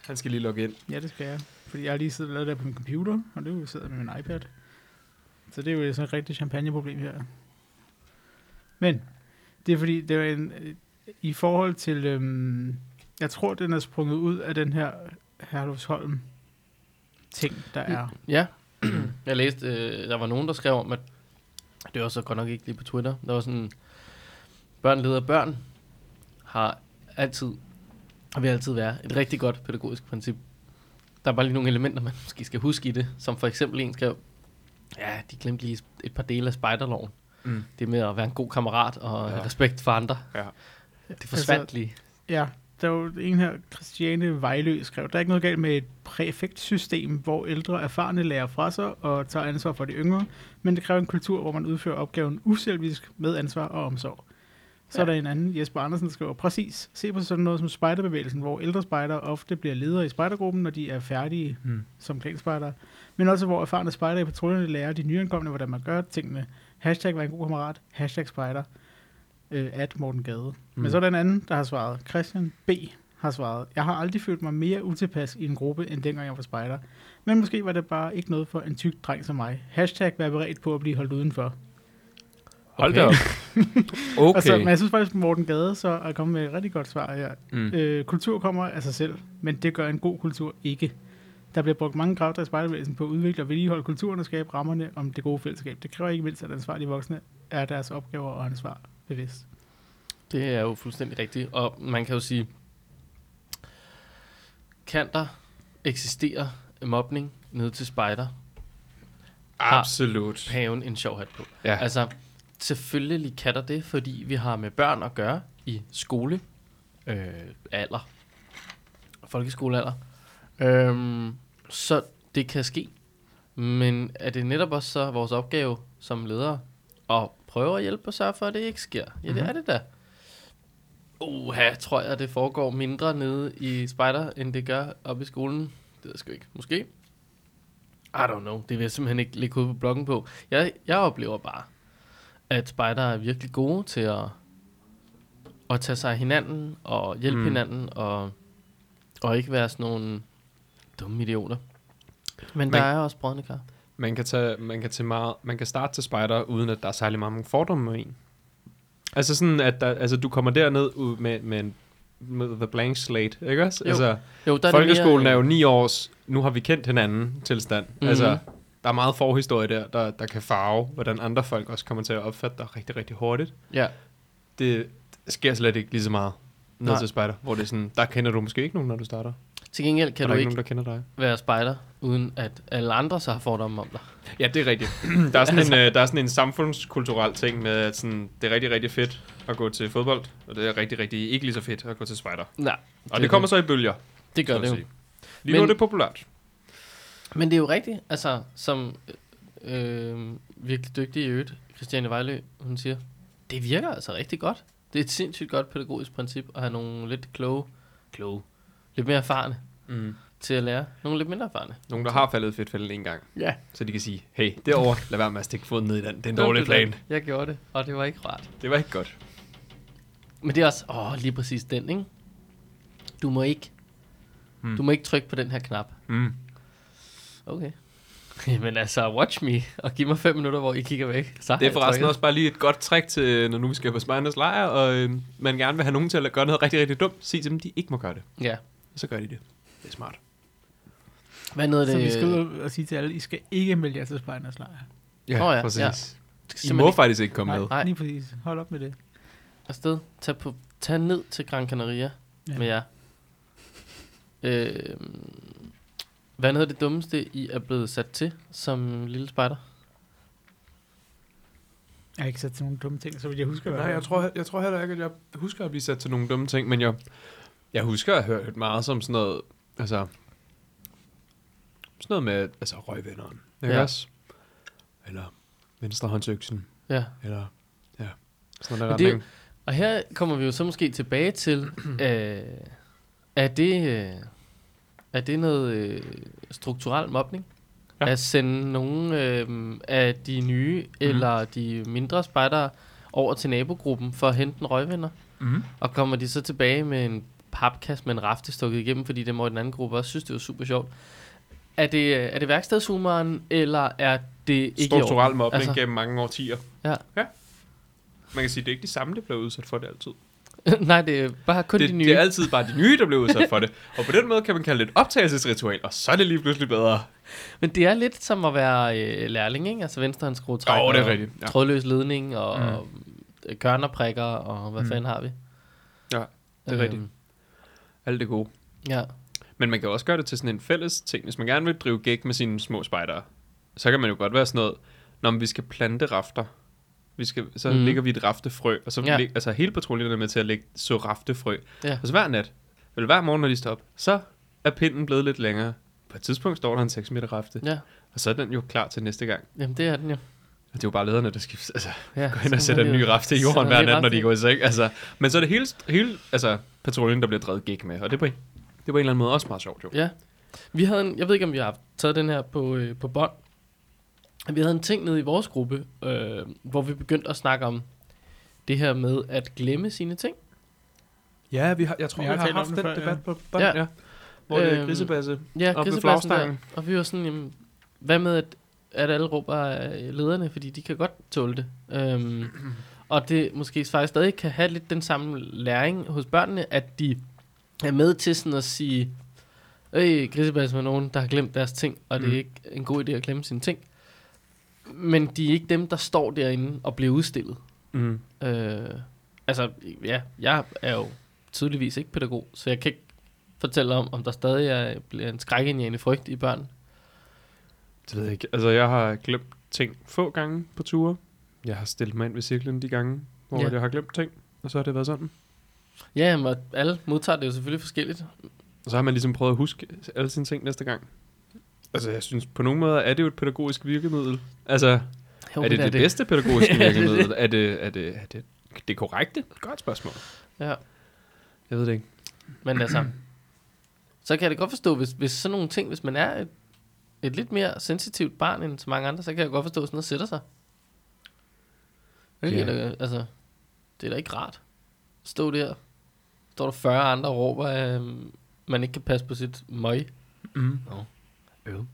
Han skal lige logge ind.
Ja, det skal jeg. Fordi jeg har lige siddet og lavet det her på min computer, og det er jo sidder jeg med min iPad. Så det er jo sådan et rigtigt champagneproblem her. Men det er fordi, det er en, øh, i forhold til, øhm, jeg tror, den er sprunget ud af den her Herlufsholm ting, der er.
Ja. <clears throat> Jeg læste, øh, der var nogen, der skrev om, at det var så godt nok ikke lige på Twitter. Der var sådan, børn leder børn har altid, og vil altid være, et rigtig godt pædagogisk princip. Der er bare lige nogle elementer, man måske skal huske i det, som for eksempel en skrev, ja, de glemte lige et par dele af spejderloven.
Mm.
Det med at være en god kammerat og
Ja.
ja. respekt for andre.
Ja.
Det forsvandt altså, lige.
Ja, der er jo en her, Christiane Vejlø skrev, der er ikke noget galt med et præfektsystem, hvor ældre erfarne lærer fra sig og tager ansvar for de yngre, men det kræver en kultur, hvor man udfører opgaven uselvisk med ansvar og omsorg. Så ja. er der en anden, Jesper Andersen, der skriver, præcis, se på sådan noget som spejderbevægelsen, hvor ældre spejder ofte bliver ledere i spejdergruppen, når de er færdige
Mm.
hmm. som klanspejder, men også hvor erfarne spejder i patruljerne lærer de nyankomne, hvordan man gør tingene. Hashtag vær en god kammerat, hashtag spejder, øh, at Morten Gade. Mm. Men så er der en anden, der har svaret. Christian B. har svaret. Jeg har aldrig følt mig mere utilpas i en gruppe, end dengang jeg var spejder. Men måske var det bare ikke noget for en tyk dreng som mig. Hashtag vær beredt på at blive holdt udenfor.
Hold da
Okay.
op.
<laughs>
Okay.
Altså, men jeg synes faktisk, Morten Gade så er kommet med et rigtig godt svar her.
mm.
Øh, kultur kommer af sig selv, men det gør en god kultur ikke. Der bliver brugt mange kræfter i spejderbevægelsen på at udvikle og vedligeholde kulturen og skabe rammerne om det gode fællesskab. Det kræver ikke mindst, at ansvarlige voksne er deres opgaver og ansvar bevidst.
Det er jo fuldstændig rigtigt, og man kan jo sige, kan der eksistere mobning ned til spejder,
Absolut.
paven en sjov hat på.
Ja.
Altså, selvfølgelig kan der det, fordi vi har med børn at gøre i skole, øh, alder, folkeskolealder. Øhm, så det kan ske. Men er det netop også så vores opgave som ledere at prøve at hjælpe og sørge for, at det ikke sker? Ja, det mm-hmm. er det da. Uha, tror jeg, det foregår mindre nede i spejder, end det gør oppe i skolen. Det ved jeg sgu ikke. Måske. I don't know. Det vil jeg simpelthen ikke lægge ud på bloggen på. Jeg, jeg oplever bare, at spejdere er virkelig gode til at, at tage sig af hinanden, og hjælpe
Mm.
mm. hinanden, og, og ikke være sådan nogle dumme idioter. Men der er også brødende kar.
Man kan, tage, man, kan tage meget, man kan starte til spejder, uden at der er særlig mange fordomme med en. Altså sådan, at der, altså, du kommer derned ud med, med, en, med the blank slate, ikke også?
Jo.
Altså,
Jo, der
Der Folkeskolen
mere,
er jo ni års, nu har vi kendt hinanden tilstand. Mm-hmm.
Mhm.
Altså, der er meget forhistorie der, der, der kan farve, hvordan andre folk også kommer til at opfatte dig rigtig, rigtig hurtigt.
øh, Ja,
Det sker slet ikke lige så meget ned
Nej.
til spejder, hvor det er sådan, der kender du måske ikke nogen, når du starter.
til gengæld kan
og
du
der er
ikke
ikke nogen, der kender dig.
være spejder, uden at alle andre så har fordomme om dig.
Ja, det er rigtigt. <clears throat> der, er sådan en, øh, der er sådan en samfundskulturel ting med, at sådan, det er rigtig, rigtig fedt at gå til fodbold, og det er rigtig, rigtig ikke lige så fedt at gå til spejder.
Nej,
Og det, det kommer så i bølger,
det gør
så at
det jo.
sige. Lige Men, nu er
Men-
det populært.
Men det er jo rigtigt, altså som øh, øh, virkelig dygtig i øvrigt, Christiane Vejlø, hun siger, det virker altså rigtig godt. Det er et sindssygt godt pædagogisk princip at have nogle lidt kloge, kloge, lidt mere erfarne
Mm.
til at lære. Nogle lidt mindre erfarne.
Nogen, der har faldet i fedtfælden en gang.
Ja.
Så de kan sige, hey, derovre, lad være med at stikke foden ned i den. Det er en
Det var
dårlig
det,
plan.
Jeg gjorde det, og det var ikke rart.
Det var ikke godt.
Men det er også, åh, lige præcis den, ikke? Du må ikke,
Hmm.
hmm. du må ikke trykke på den her knap.
Mm.
Okay. <laughs> Jamen altså, watch me, og giv mig fem minutter, hvor I kigger væk. Så har
Det er
jeg
forresten
trykket.
også bare lige et godt trick til, når nu vi skal på Spejdernes lejr, og øh, man gerne vil have nogen til at gøre noget rigtig, rigtig dumt, sig til dem, de ikke må gøre det.
Ja.
Og så gør de det. Det er smart.
Hvad noget
Så
det?
vi skal ud og sige til alle, I skal ikke melde jer til spejdernes lejr.
Ja, Åh ja, præcis. ja.
I
Simpelthen
må
ikke-
faktisk ikke komme
Nej,
med.
Nej.
lige præcis. Hold op med det.
afsted. Tag, på, tag ned til Gran Canaria
Ja.
ja. med jer. Øh, hvad er noget af det dummeste, I er blevet sat til som lille spejder?
Jeg har ikke sat til nogle dumme ting, så vil jeg huske, hvad det var.
tror, jeg tror heller ikke, at jeg husker at blive sat til nogle dumme ting, men jeg, jeg husker at have hørt meget som sådan noget, altså, sådan noget med, altså, røgvenderen, ikke
Ja.
også? Eller venstrehåndsøksen,
Ja.
eller, ja, sådan noget
Men det er jo- Og her kommer vi jo så måske tilbage til, <clears throat> øh, er, det, øh, er det noget øh, strukturel mobning?
Ja.
Ja. At sende nogle øh, af de nye mm. eller de mindre spejdere over til nabogruppen for at hente en røgvinder?
Mm.
Og kommer de så tilbage med en papkasse med en rafte stukket igennem, fordi det må den anden gruppe også synes, det var super sjovt. Er det, øh, er det værkstedshumeren, eller er det ikke i orden?
Strukturel mobning altså.
Altså-
gennem mange årtier.
Ja.
ja. Man kan sige, det er ikke de samme, der bliver udsat for det altid.
Altså, <laughs> Nej, det er bare kun
det,
det, de nye.
det er altid bare de nye, der bliver udsat for
<laughs>
det. Og på den måde kan man kalde det et optagelsesritual, og så er det lige pludselig bedre.
Men det er lidt som at være øh, lærling, ikke? Altså venstrehåndskruetrækker.
Jo, det er rigtigt, ja.
Ja. Trådløs ledning og
Mm.
mm. kørnerprikker og hvad
Mm.
mm. fanden har vi? Øhm,
Ja, det er rigtigt. Alt det gode.
Ja,
Men man kan jo også gøre det til sådan en fælles ting. Hvis man gerne vil drive gæk med sine små spejdere, så kan man jo godt være sådan noget, når vi skal plante rafter. Vi skal, så mm.
Mhm.
lægger vi et raftefrø, og så ja.
Ja.
læg, altså hele patruljen er med til at lægge så raftefrø.
Ja.
Og så hver nat, eller hver morgen, når de står op, så er pinden blevet lidt længere. På et tidspunkt står der en 6 meter rafte,
ja.
og så er den jo klar til næste gang.
Jamen, det er den jo.
Og det er jo bare lederne, der skifter. Altså,
Ja,
går hen
sådan
og sætter
er
en
det
ny
jo.
rafte i jorden
Sætter
hver
en ny
nat, når de
rafte.
går i seng. Altså, men så er det hele, hele altså, patruljen, der bliver drevet gæk med, og det er på, en- det er på en eller anden måde også meget sjovt, jo.
Ja. Vi havde en, jeg ved ikke, om vi har haft- taget den her på, øh, på bånd. Vi havde en ting nede i vores gruppe, øh, hvor vi begyndte at snakke om det her med at glemme sine ting.
Ja, vi har, jeg tror,
Vi
vi
har
har,
talt om
haft
det
den
før,
før,
ja.
debat på bånd, ja.
Ja.
ja. Hvor det er
Øhm,
grissebasse.
Ja,
Oppe ved
Grisebassen der.
flagstangen.
Og vi var sådan, jamen, hvad med, at, at alle råber af lederne, fordi de kan godt tåle det.
<clears throat>
Øhm, og det måske faktisk stadig kan have lidt den samme læring hos børnene, at de er med til sådan at sige, Øh, grisebassen var nogen, der har glemt deres ting, og mm. det
Mm.
er ikke en god idé at glemme sine ting. Men de er ikke dem, der står derinde og bliver udstillet.
Mm.
Øh, altså, ja, jeg er jo tydeligvis ikke pædagog, så jeg kan ikke fortælle om, om der stadig er, bliver en skrækindjagende frygt i børn.
Det ved jeg ikke. Altså, jeg har glemt ting få gange på ture. Jeg har stillet mig ind ved cirklen de gange, hvor
Ja.
jeg har glemt ting. Og så har det været sådan.
Ja, jamen, og alle modtager det jo selvfølgelig forskelligt.
Og så har man ligesom prøvet at huske alle sine ting næste gang. Altså, jeg synes, på nogle måder er det jo et pædagogisk virkemiddel. Altså,
Jo,
er
men
det det,
<laughs>
bedste
Ja,
pædagogiske
det er
virkemiddel? er, det, er, det, er det det korrekte? Godt spørgsmål.
Ja.
Jeg ved det ikke.
Men altså, så kan jeg da godt forstå, hvis, hvis sådan nogle ting, hvis man er et, et lidt mere sensitivt barn end så mange andre, så kan jeg godt forstå, at sådan noget sætter sig. Det, yeah.
Ja.
altså, det er da ikke rart. stå der, står der 40 andre og råber, at man ikke kan passe på sit møg.
Mm.
Øv.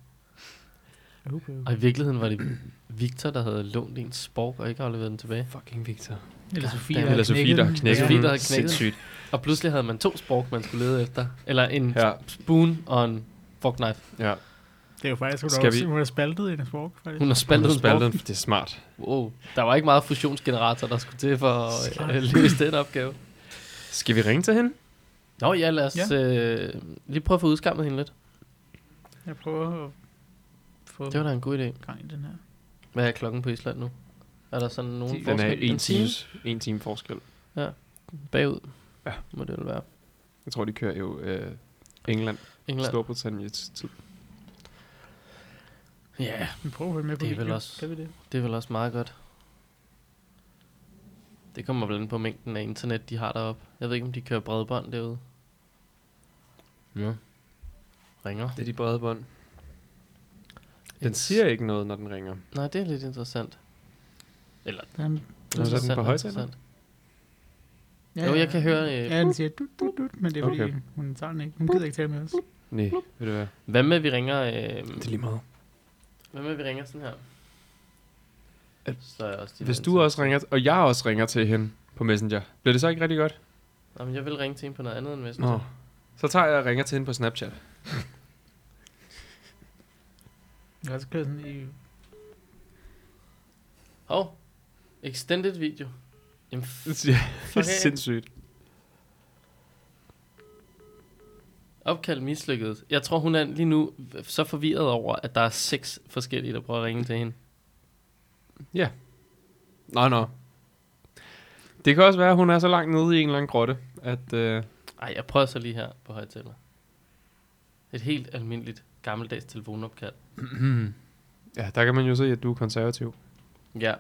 Okay.
Og i virkeligheden var det Victor, der havde lånt en spork og ikke afleveret den tilbage.
Fucking Victor.
Eller Sofie, der
Eller
har
Sofie,
knækket
der har
den.
knækket
Ja.
Sofie,
den.
der havde knækket.
Sindssygt.
Og pludselig havde man to spork, man skulle lede efter. Eller en
Ja.
ja. spoon og en fork knife.
Ja,
Det er jo faktisk, hun,
Skal
Skal
vi-
også, hun er spaltet i hendes fork, faktisk.
Hun har spaldet en spork.
spaldet. Det er smart.
Wow. Der var ikke meget fusionsgenerator, der skulle til for at
Smart.
øh, løse den opgave.
Skal vi ringe til hende?
Nå ja, lad os ja. Øh, lige prøve at få udskammet hende lidt.
Jeg prøver at få
Det var da en god idé.
gang i den her.
Hvad er klokken på Island nu? Er der sådan nogen
Den er
forskel?
en times, en time forskel.
Bagud.
Ja.
Må det jo være.
Jeg tror, de kører jo øh, England,
England.
Storbritannien tid.
Ja, yeah.
Vi prøver at følge med på
Det er vel
video.
også-
Kan vi det?
det er vel også meget godt. Det kommer vel an på mængden af internet, de har deroppe. Jeg ved ikke, om de kører bredbånd derude.
Ja.
Ringer.
Det er de brede bånd. Den siger ikke noget, når den ringer.
Nej, det er lidt interessant. Eller,
Jamen,
Nå, så er den
interessant,
på højtaler.
interessant. Jo, jeg kan høre... Øh,
Ja, den siger dut, dut, dut, men det er fordi,
Okay.
hun tager den ikke. Hun gider ikke tale med os.
Nej, ved du hvad?
Hvad med, vi ringer... Øh,
lige meget.
hvad med, vi ringer sådan her?
At-
Så er jeg også
Hvis du også ringer, og jeg også ringer til hende på Messenger, bliver det så ikke rigtig godt?
Jamen, jeg vil ringe til en på noget andet end Messenger.
Nå. Så tager jeg og ringer til hende på Snapchat.
Jeg har også kørt sådan i...
Hov, extended video. Jamen,
Det
f-
siger
Okay.
<laughs> okay. sindssygt.
opkald mislykkedes. Jeg tror, hun er lige nu så forvirret over, at der er seks forskellige, der prøver at ringe til hende.
Nå, nå. Det kan også være, at hun er så langt nede i en eller anden grotte, at... Øh,
Ej, jeg prøver så lige her på højtaler. Et helt almindeligt gammeldags telefonopkald.
ja, der kan man jo se, at du er konservativ.
Ja,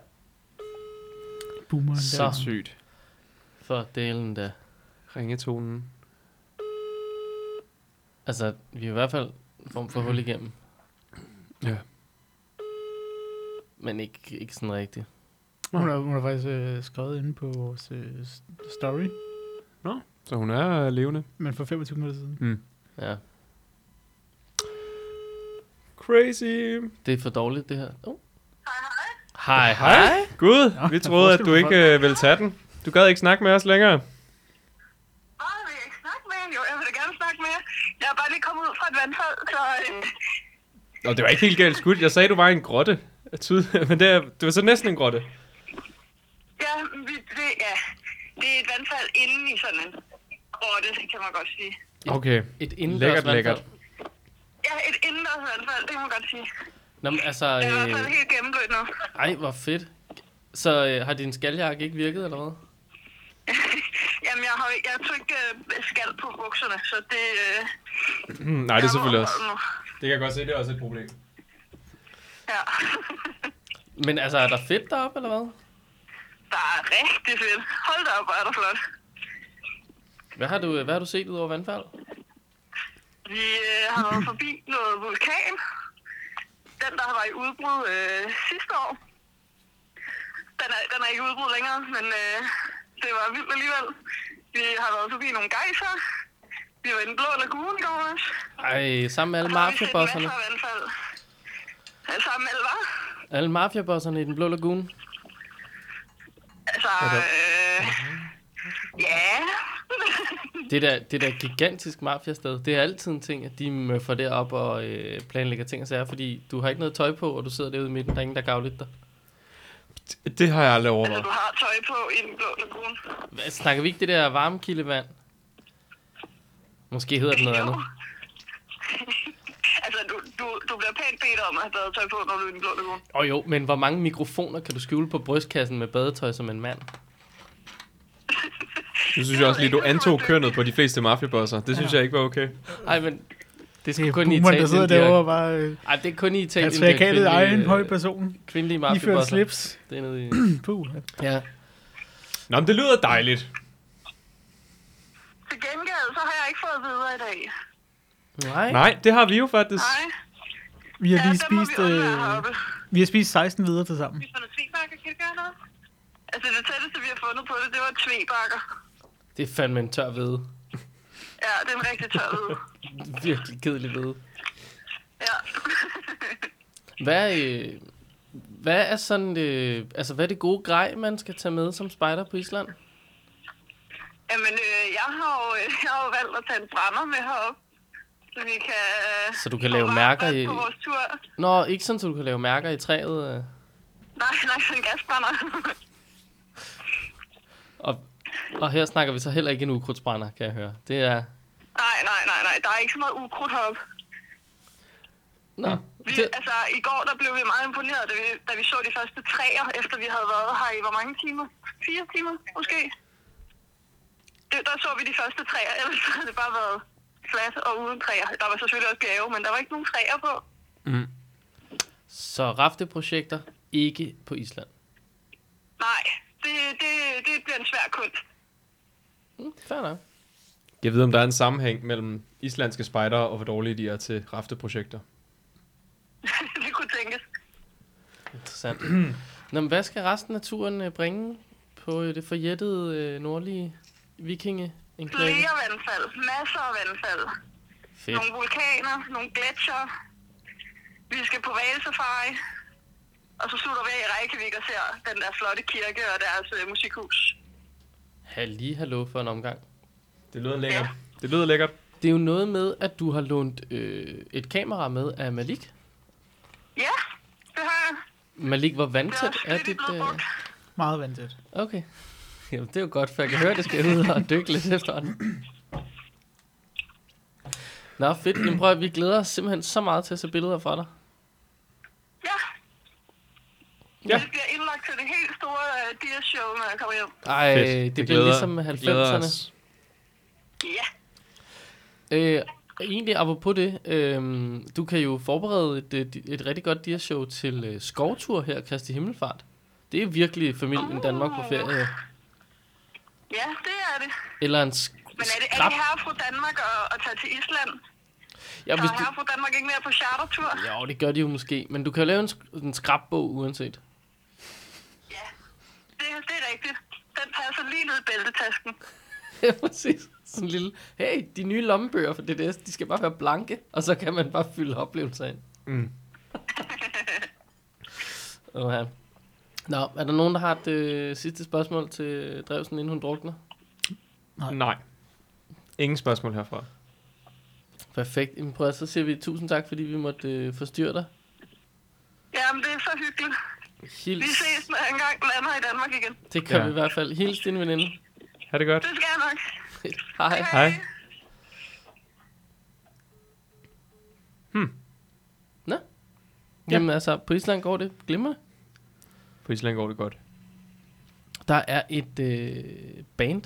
Boomer.
Så.
Der.
Sygt.
for delen da.
Ringetonen.
Altså, vi er i hvert fald en form for hul igennem.
Ja.
Men ikke, ikke sådan rigtigt.
Hun har, hun har faktisk øh, skrevet inde på vores øh, s- story,
Så hun er øh, levende.
men for 25 minutter siden.
Mm.
Ja,
Crazy.
det er for dårligt det her. Oh. Hej, hej. Hej,
Hej. Gud,
Nå,
vi
der er
troede, at
forskel
du
på
ikke øh, ville tage den. Du gad ikke snakke med os længere.
Bare vil jeg ikke snakke med hende. Jo, jeg vil da gerne snakke med jer. Jeg er bare lige kommet ud fra et vandfald, så... Øh,
Nå, det var ikke helt galt skudt. Jeg sagde, du var i en grotte. Tyd, <laughs> men det, er, det var så næsten en grotte.
ja, vi, det, ja, det er et vandfald inde i sådan en grotte, kan man godt sige.
Okay.
Et
Lækkert,
indendørs
lækkert.
vandfald.
Ja, et indendørs vandfald, det kan man godt sige.
Nå, men altså,
Jeg er i hvert
øh,
fald helt gennemblødt nu.
ej, hvor fedt. Så øh, har din skaljakke ikke virket, eller hvad?
Jamen, jeg har jeg tog ikke øh, skal på bukserne, så det... Øh,
Mm, nej, det er
jeg må
selvfølgelig også.
opholde nu.
Det kan jeg godt se, det er også et problem.
Ja. <laughs>
Men altså, er der fedt deroppe, eller hvad?
Der er rigtig fedt. Hold da op, hvor er det flot.
Hvad har du, hvad har du set ud over vandfald?
Vi øh, har været forbi noget vulkan. Den, der var i udbrud øh, sidste år. Den er, den er ikke i udbrud længere, men øh, det var vildt alligevel. Vi har været forbi nogle gejser. Vi var i den blå lagune i går også.
Ej, sammen med alle
Og så har vi set masser
mafiabosserne.
af vandfald. Øh, Sammen med hvad?
Alle mafiabosserne i den blå lagune.
Altså, øh, ja. <laughs>
Det der, det der gigantisk mafiasted, det er altid en ting, at de møffer derop og øh, planlægger ting og sager, fordi du har ikke noget tøj på, og du sidder derude i midten, der er ingen, der gavligt dig.
Det, det har jeg aldrig
altså,
overvejet.
du har tøj på i den blå lagune.
Hvad, snakker vi ikke det der varmekildevand? Måske hedder det noget
Jo.
andet.
<laughs> altså, du, du, du bliver pænt bedt om at have badetøj på, når du er i den blå lagune.
Åh oh, jo, men hvor mange mikrofoner kan du skjule på brystkassen med badetøj som en mand?
Nu synes jeg også lige, du antog kønnet på de fleste mafiabosser. Det synes jeg ikke var okay.
Nej, men det er
Det
sgu
er
kun i
boomeren, der sidder
Italien. De
derovre
har...
og bare... Øh,
Ej, det er kun i Italien,
altså, jeg kaldet ej, en
øh,
høj person.
kvindelige
I fører
mafiabosser.
slips.
Det er nede i... <clears throat>
Puh.
Ja.
Nå, men det lyder dejligt.
Til gengæld, så har jeg ikke fået videre i dag.
Nej. Nej.
Nej, det har vi jo faktisk.
Nej,
Vi har
ja,
lige
den må
spist...
vi undvære
øh,
heroppe.
vi har spist 16 videre til sammen.
Hvis man er tvebakker, kan det gøre noget? Altså det tætteste, vi har fundet på det, det var tvebakker.
Det er fandme en tør ved.
Ja, det er en rigtig tør <laughs> ved.
Virkelig kedelig ved.
Ja. <laughs>
Hvad, øh, hvad er sådan, øh, altså hvad er det gode grej, man skal tage med som spejder på Island?
Jamen, øh, jeg, har jo, jeg har jo valgt at tage en brænder med herop, så vi kan... øh,
Så du kan
få
lave
varmt
mærker
vand
i-
På vores tur.
Nå, ikke sådan, så du kan lave mærker i træet. Øh.
Nej, nej, sådan en gasbrænder. <laughs>
Og, og her snakker vi så heller ikke en ukrudtsbrænder, kan jeg høre. Det er...
nej, nej, nej, nej. Der er ikke så meget ukrudt heroppe.
Nå,
Vi,
det,
altså, i går der blev vi meget imponeret, da vi, da vi så de første træer, efter vi havde været her i hvor mange timer? Fire timer, måske? Det, der så vi de første træer, <laughs> ellers havde det bare været flat og uden træer. Der var selvfølgelig også bjerge, men der var ikke nogen træer på.
Mm.
så rafteprojekter ikke på Island.
Nej, det, det, det bliver en svær kunst. <laughs>
Mm, fair nok.
Jeg ved, om der er en sammenhæng mellem islandske spejdere og hvor dårlige de er til rafteprojekter.
det kunne tænkes.
Interessant. Nå, men hvad skal resten af turen øh, bringe på øh, det forjættede øh, nordlige vikinge?
Flere vandfald, masser af vandfald.
Fedt.
Nogle vulkaner, nogle gletsjer. Vi skal på valsafari. Og så slutter vi af i Reykjavik og ser den der flotte kirke og deres øh, musikhus.
Halli, hallo for en omgang.
Det lyder lækkert. Det lyder lækkert.
Det er jo noget med, at du har lånt øh, et kamera med af Malik.
Ja, det har jeg.
Malik, hvor
Det er
vandtæt
også
er
flittigt
dit...
blevet
Øh...
brugt.
Meget vandtæt.
Okay. Jamen, det er jo godt, for jeg kan høre, at det skal ud og dykke lidt efterhånden. Nå, fedt. Jamen, prøv at, vi glæder os simpelthen så meget til at se billeder fra dig.
Ja.
Ja.
ja. Det bliver indlagt til det helt store uh, deer show, når jeg kommer hjem.
Ej,
Fedt.
det,
Vi
bliver
glæder-
ligesom
vi glæder
90'erne.
os.
Ja.
Øh, egentlig, apropos det, øh, du kan jo forberede et, et, et rigtig godt diashow til øh, skovtur her, Kristi Himmelfart. Det er virkelig familien Danmark på ferie.
Ja, det er det.
Eller en sk-
Men er det, er
skrab.
det herre fra Danmark og, og tage til Island?
Ja,
Så
hvis
er
du...
herre fra Danmark ikke mere på chartertur?
Jo, det gør de jo måske. Men du kan jo lave en, sk- en skrabbog uanset.
Ja, det, det er rigtigt. Den passer lige ned i bæltetasken.
<laughs> Ja, præcis. Sådan en lille, hey, de nye lommebøger for DDS, de skal bare være blanke, og så kan man bare fylde oplevelser ind. <laughs>
Mm.
Okay. Nå, er der nogen, der har et øh, sidste spørgsmål til Drevsen, inden hun drukner?
Nej. Ingen spørgsmål herfra.
Perfekt. Jamen, prøv, at- så siger vi tusind tak, fordi vi måtte øh, forstyrre dig.
Jamen, det er så hyggeligt. Vi
Hils.
ses, når jeg engang lander i Danmark igen.
Det kan ja.
Ja.
vi i hvert fald. Hils din veninde.
Ha' det godt.
Det skal jeg nok.
Hej.
Hej.
Jamen altså, på Island går det glimmer.
På Island går det godt.
Der er et øh, band,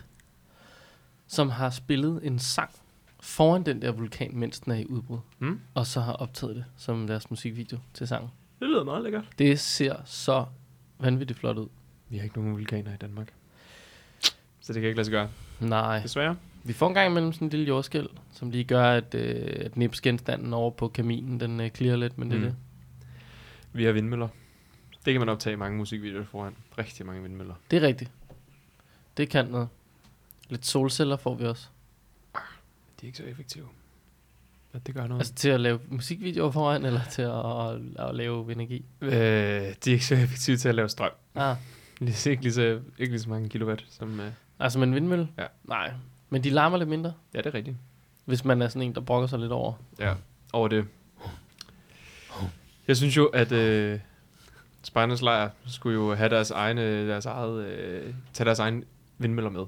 som har spillet en sang foran den der vulkan, mens den er i udbrud.
Mm.
Og så har optaget det som deres musikvideo til sangen.
Det lyder meget lækkert.
Det ser så vanvittigt flot ud.
Vi har ikke nogen vulkaner i Danmark. Så det kan ikke lade sig gøre.
Nej.
Desværre.
Vi får en gang imellem sådan en lille jordskæld, som lige gør, at, øh, at nipsgenstanden over på kaminen, den øh, clear lidt, men det er
Mm.
det.
Vi har vindmøller. Det kan man optage i mange musikvideoer foran. Rigtig mange vindmøller.
Det er rigtigt. Det kan noget. Lidt solceller får vi også.
De er ikke så effektive. At det gør noget.
Altså til at lave musikvideoer foran, eller til at, at, at lave energi.
øh, de er ikke så effektive til at lave strøm. <laughs>
Ah,
Det er ikke lige så, ikke lige så mange kilowatt som... Øh...
altså med en vindmølle?
Ja.
Nej. Men de larmer lidt mindre,
Ja, det er rigtigt.
hvis man er sådan en, der brokker sig lidt over.
Ja, over det. Jeg synes jo, at øh, Spejdernes Lejr skulle jo have deres, egne, deres eget, øh, tage deres egen vindmøller med.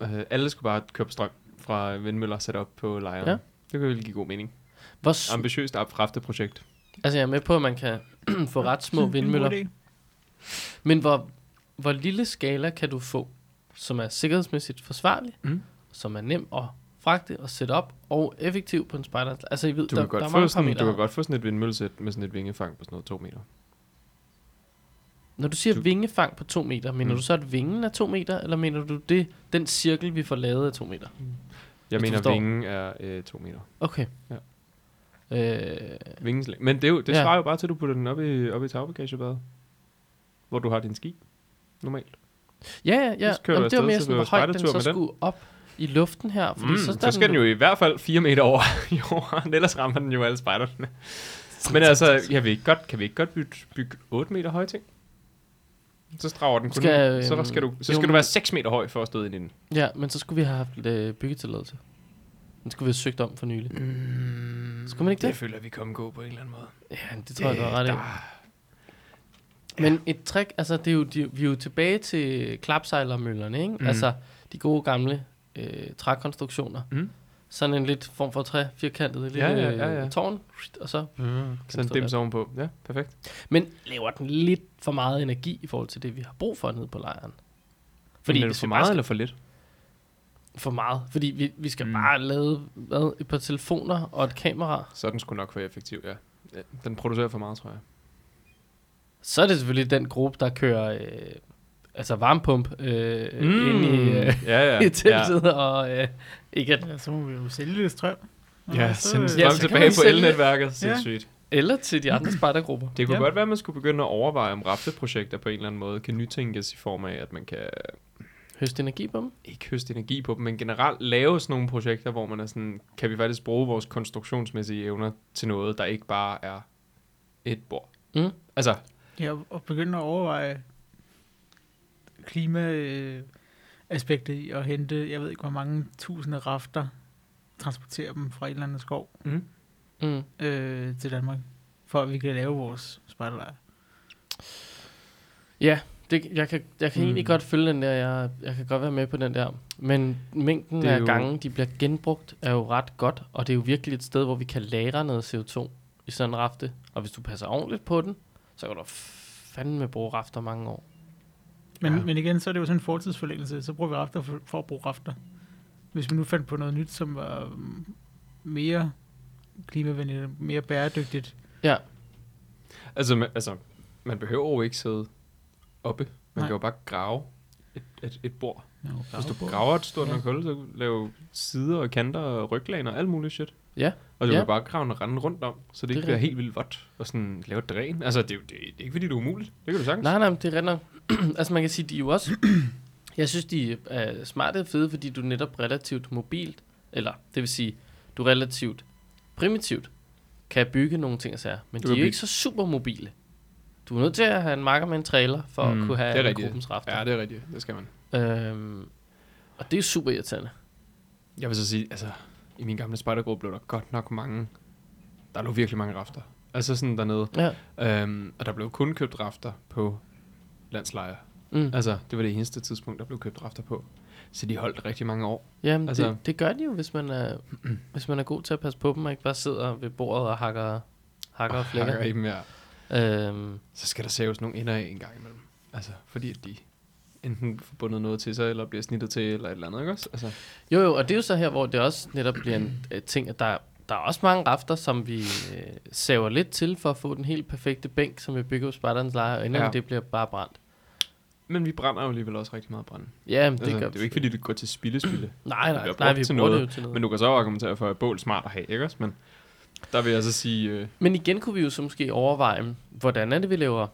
Øh, alle skulle bare købe strøm fra vindmøller sat op på lejren.
Ja.
Ja. Det kan jo give god mening.
Hvor, s-
Ambitiøst opfraftet projekt.
altså jeg er med på, at man kan <clears throat> få ret små vindmøller. Men hvor, hvor lille skala kan du få, som er sikkerhedsmæssigt forsvarlig,
Mm.
som er nem at fragte og sætte op, og effektiv på en spider. Altså, I ved,
Du,
der,
kan,
der
godt
er
få
mange
sådan, du
parametre.
kan godt få sådan et vindmøllesæt med sådan et vingefang på sådan noget to meter.
Når du siger
du-
vingefang på to meter, mener
Mm.
du så, at vingen er to meter, eller mener du det, den cirkel, vi får lavet er to meter?
Jeg
Hvis du
mener,
forstår.
vingen er øh, to meter.
Okay.
Ja.
Øh,
Vingens længde. Men det, er jo, det
Ja.
ja. svarer jo bare til, at du putter den op i, op i tagbagagebadet, hvor du har din ski normalt.
ja, ja, ja.
Så kører du
Jamen, det var
afsted,
mere
så
sådan,
bliver
hvor
du
højt den
spejdertur
så
med den.
skulle op. i luften her. Fordi
Mm,
så,
så,
står
skal den jo i hvert fald 4 meter over <laughs> jorden, ellers rammer den jo alle spejderne. Men altså, jeg vil ikke godt, kan vi ikke godt bygge, bygge 8 meter høje ting? Så strager den kun.
Skal,
Skal, så der skal du, så
øhm,
skal
jo,
du
men-
være 6 meter høj for at støde ind i den.
Ja, men så skulle vi have haft øh, byggetilladelse. Den skulle vi have søgt om for nylig.
Mm,
Skulle man ikke det? det
føler vi kommer gå på en eller anden måde.
Ja, det tror jeg, du har ret i. Men et trick, altså det er jo, de, vi er jo tilbage til klapsejlermøllerne, ikke? Mm.
Mm.
Altså de gode gamle øh, trækonstruktioner.
Mm.
Sådan en lidt form for træ, firkantet lille øh,
Ja, ja, ja, ja.
tårn, og så
Mm,
stå
så en dims
der.
ovenpå. Ja, perfekt.
Men laver den lidt for meget energi i forhold til det, vi har brug for nede på lejren? Fordi
Fordi er
hvis
det for
vi bare
meget
skal-
eller for lidt?
For meget. Fordi vi, vi skal mm.
Mm.
bare lave hvad, et par telefoner og et kamera.
Så er den skulle nok være effektiv, ja. Ja, Den producerer for meget, tror jeg.
Så er det selvfølgelig den gruppe, der kører øh, altså varmepump øh, mm. ind i, øh,
ja, ja,
<laughs> i teltet. Ja. Og øh, ikke at,
Ja, så må vi jo sælge lidt strøm. Nå,
Ja,
så,
send
øh,
Ja,
strøm
så kan
tilbage
man
på
sælge det.
elnetværket.
Ja.
Sindssygt.
eller til de andre spejdergrupper.
Det kunne
Ja.
ja. godt være, at man skulle begynde at overveje, om rafteprojekter på en eller anden måde kan nytænkes i form af, at man kan
Høst energi på dem.
ikke høste energi på dem, men generelt lave sådan nogle projekter, hvor man er sådan, kan vi faktisk bruge vores konstruktionsmæssige evner til noget, der ikke bare er et bord.
Mm.
Altså,
Ja, og- og begynde at overveje klima, øh, aspektet i at hente, jeg ved ikke hvor mange tusinde rafter, transportere dem fra en eller anden skov
mm.
Mm.
øh, til Danmark, for at vi kan lave vores spejderlejr.
Ja, det, jeg kan, jeg kan mm.
Mm.
egentlig godt følge den der. Jeg, jeg kan godt være med på den der. Men mængden
Det er
af
jo-
gange, de bliver genbrugt, er jo ret godt. Og det er jo virkelig et sted, hvor vi kan lære noget CO2 i sådan en rafte. Og hvis du passer ordentligt på den, så kan du fandme bruge rafter mange år.
Men, ja.
Ja.
men igen, så er det jo sådan en fortidsforlængelse, så bruger vi rafter for, for at bruge rafter. Hvis vi nu fandt på noget nyt, som var mm, mere klimavenligt, mere bæredygtigt.
Ja,
altså, man, altså, man behøver jo ikke sidde oppe. Man
Nej.
Nej. kan jo bare grave et, et, et bord.
No,
Hvis du graver et stort
Ja.
ja. nok hul, så kan du lave sider og kanter og ryglæn og alt muligt shit.
ja.
Og du
Ja.
ja. kan bare grave en rende rundt om, så det,
Det er
ikke bliver
rigtigt.
helt vildt vådt og sådan lave et dræn. Altså, det, er jo- det, det er ikke fordi, det er umuligt. Det kan du sagtens.
Nej, nej, men det er rent nok. <clears throat> altså man kan sige, de er jo også... <clears throat> jeg synes, de er smarte og fede, fordi du er netop relativt mobilt, eller det vil sige, du er relativt primitivt, kan bygge nogle ting og sager. Men
Du
du de
kan
er jo
bygge-
ikke så super mobile. Du er nødt til at have en marker med en trailer, for mm,
Mm,
at kunne
det er
have
rigtigt.
gruppens rafter.
Ja, det er rigtigt. Det skal man.
Ja. Øhm, og det er super irriterende.
Jeg vil så sige, altså, i min gamle spejdergruppe blev der godt nok mange... Der lå virkelig mange rafter. Altså sådan dernede.
Ja.
Øhm, og der blev kun købt rafter på landslejre.
Mm.
Altså, det var det eneste tidspunkt, der blev købt rafter på. Så de holdt rigtig mange år.
Jamen, altså,
altså-
det, det gør de jo, hvis man, er, <clears throat> hvis man er god til at passe på dem, og ikke bare sidder ved bordet og hakker, hakker og
Hakker
flækker.
i dem, ja.
Øhm,
Så skal der saves nogle ender af en gang imellem. Altså, fordi at de enten får bundet noget til sig, eller bliver snittet til, eller et eller andet, ikke også? Altså,
Jo, jo, og det er jo så her, hvor det også netop bliver en øh, ting, at der, der er også mange rafter, som vi øh, saver lidt til for at få den helt perfekte bænk, som vi bygger på Spartans lejr, og inden ja.
Ja.
det bliver bare brændt.
men vi brænder jo alligevel også rigtig meget brænde.
Ja, men det,
Altså, det,
gør
er jo ikke, fordi det går til
<clears throat>
spildespilde.
Nej, nej,
bliver
nej,
brugt
vi
til
bruger det
noget,
jo til noget.
Men du kan så argumentere for, at bål er smart at have, ikke også? Men der vil jeg så sige... Øh,
Men igen kunne vi jo så måske overveje, hvordan er det, vi laver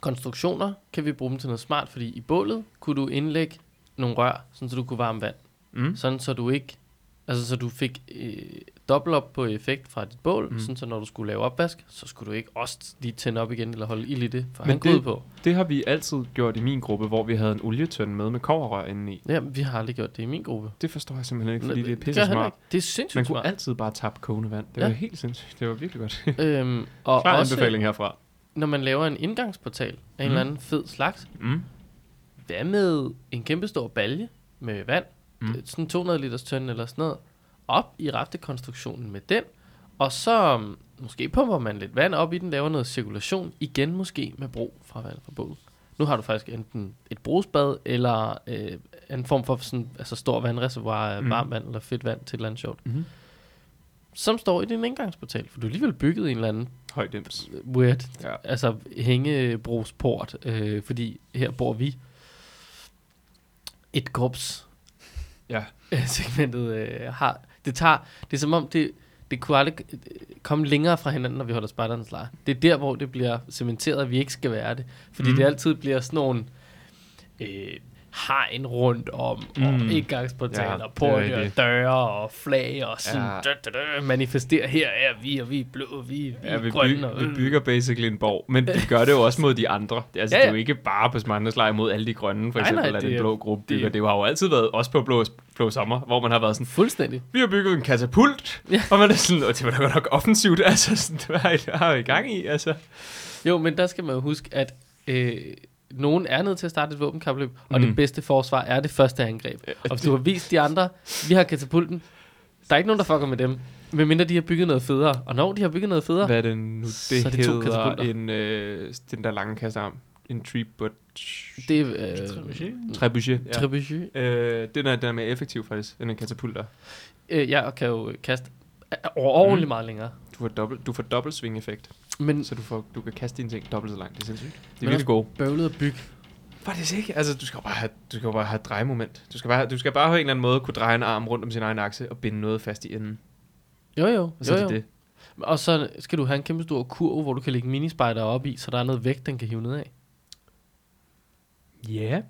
konstruktioner? Kan vi bruge dem til noget smart? Fordi i bålet kunne du indlægge nogle rør, sådan så du kunne varme vand.
mm?
Sådan så du ikke, altså så du fik øh, dobbelt op på effekt fra dit bål, mm.
Mm.
sådan så når du skulle lave opvask, så skulle du ikke også lige tænde op igen, eller holde ild i det, for
Men
han kunne
det-
på.
Det har vi altid gjort i min gruppe, hvor vi havde en olietønde med med koverrør indeni.
Ja, men vi har aldrig gjort det i min gruppe.
Det forstår jeg simpelthen ikke, fordi
Men
det er
gør
pisse
jeg heller
smart.
ikke. Det er
Man
sindssygt
kunne
smart.
altid bare tappe kogende vand. Det
Ja.
var helt sindssygt. Det var virkelig godt.
Øhm, og
Klar
også,
anbefaling herfra.
når man laver en indgangsportal af en
Mm.
eller anden fed slags,
Mm.
hvad med en kæmpe stor balje med vand,
Mm.
mm. sådan 200 liters tønde eller sådan noget, op i raftekonstruktionen med den, og så mm, måske pumper man lidt vand op i den, laver noget cirkulation, igen måske med brug fra vand fra bålet. Nu har du faktisk enten et brugsbad, eller øh, en form for sådan, altså stor vandreservoir af
Mm.
varmt vand eller fedt vand til et eller andet sjovt,
Mhm.
som står i din indgangsportal, for du har alligevel bygget en eller anden
Høj dims.
weird, ja.
Ja.
altså hængebrugsport, øh, fordi her bor vi et korps
Ja.
øh, <laughs> segmentet øh, har. Det tager, det er som om, det, det kunne aldrig øh, komme længere fra hinanden, når vi holder spejdernes lejr. Det er der, hvor det bliver cementeret, at vi ikke skal være det. Fordi mm.
Mm.
det altid bliver sådan nogle, øh, hegn rundt om, og
Mm. Ja, det
indgangsportaler,
er
ja, porte og
rigtigt.
døre og flag, og sådan,
Ja.
ja. da, da, da, manifesterer her er vi, og vi er blå, og vi, vi
Ja,
er
vi,
grønne.
byg,
og,
vi bygger basically en borg, men vi gør det jo også mod
<laughs>
de andre. Altså,
Ja, ja.
ja, ja. det er jo ikke bare på Smartness lejr mod alle de grønne, for
Nej,
eksempel,
nej,
nej, nej, at
det
den
er-
blå gruppe
det er-
bygger. Det, har jo altid været, også på blå, blå sommer, hvor man har været sådan,
Fuldstændig.
vi har bygget en katapult,
Ja.
ja. og man er sådan, "Åh, det var da godt nok offensivt, <laughs> altså, sådan, det var I, har I gang i, altså.
Jo, men der skal man jo huske, at øh, nogen er nødt til at starte et våbenkapløb, og mm. det
Mm.
bedste forsvar er det første angreb. Ja, og hvis du har vist de andre, vi har katapulten, der er ikke nogen, der fucker med dem, medmindre de har bygget noget federe. Og når de har bygget noget federe,
Hvad er det nu, det,
Så er det to
hedder?
katapulter.
en, øh, den der lange kastearm. En tribut.
det er øh,
Trebuchet?
Trebuchet. Ja.
trebuchet.
øh, den, er, den er mere effektiv, faktisk, end en katapulter.
Øh, jeg kan jo kaste overordentligt mm. meget længere.
Du får dobbelt, du får dobbelt swing-effekt.
Men
Så du, får, du kan kaste dine ting dobbelt så langt. Det er sindssygt. Det
Men
er virkelig gode.
bøvlet at bygge.
Faktisk ikke. Altså, du skal jo bare have, du skal jo bare have et drejemoment. Du skal, bare, du skal bare på en eller anden måde kunne dreje en arm rundt om sin egen akse og binde noget fast i enden.
Jo, jo.
Og så
jo,
er Altså, det
jo.
det.
Og så skal du have en kæmpe stor kurv, hvor du kan lægge minispejder op i, så der er noget vægt, den kan hive ned af.
Ja. Yeah.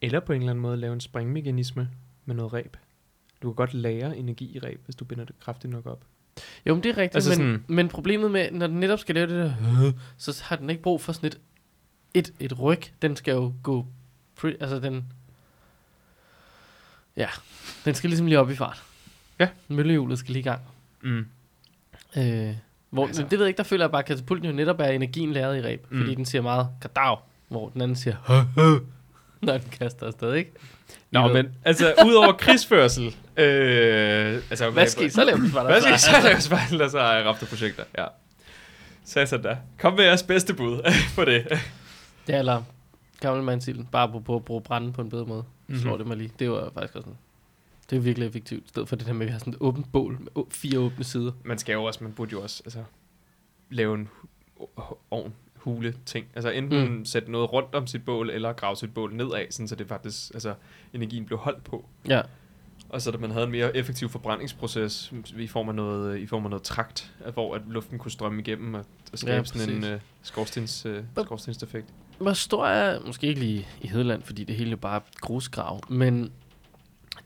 Eller på en eller anden måde lave en springmekanisme med noget ræb. Du kan godt lære energi i ræb, hvis du binder det kraftigt nok op.
Jo, men det er rigtigt, altså
Altså
men, sådan,
sådan-
men problemet med, når den netop skal lave det der, øh, så har den ikke brug for sådan et, et, et ryg. Den skal jo gå, pretty, altså den, ja, den skal ligesom lige op i fart.
Ja.
Møllehjulet skal lige i gang.
Mm.
Øh, hvor, altså.
Altså.
men det ved jeg ikke, der føler jeg bare, at katapulten jo netop er energien læret i ræb, mm.
Mm.
fordi den siger meget kadav, hvor den anden siger, <laughs> "Hø, hø", når den kaster afsted, ikke?
Nå,
ved.
men altså, udover krigsførsel... øh, altså,
Hvad skal I så lave? hvis man er
<laughs> Hvad skal I
klar?
så lave spejl, der så er rafte projekter? Ja. Sats da. Kom med jeres bedste bud på det.
Ja, eller gammel mandsilden. Bare på, på at bruge branden på en bedre måde. Mm-hmm.
Mhm.
Slår det mig lige. Det var faktisk også sådan. Det er virkelig effektivt. I stedet for det der med, at vi har sådan et åbent bål med å- fire åbne sider.
Man skal jo også, man burde jo også altså, lave en hu- hu- ovn, hule ting. Altså enten
Mm.
mm. sætte noget rundt om sit bål, eller grave sit bål nedad, sådan, så det faktisk, altså, energien blev holdt på.
Ja.
Og så at man havde en mere effektiv forbrændingsproces i form af noget, øh, i form af noget trakt, hvor at luften kunne strømme igennem og, og skabe
Ja,
ja, sådan en
præcis.
uh, skorstens, uh, skorstenseffekt.
Hvor stor er, måske ikke lige i Hedeland, fordi det hele jo bare er grusgrav, men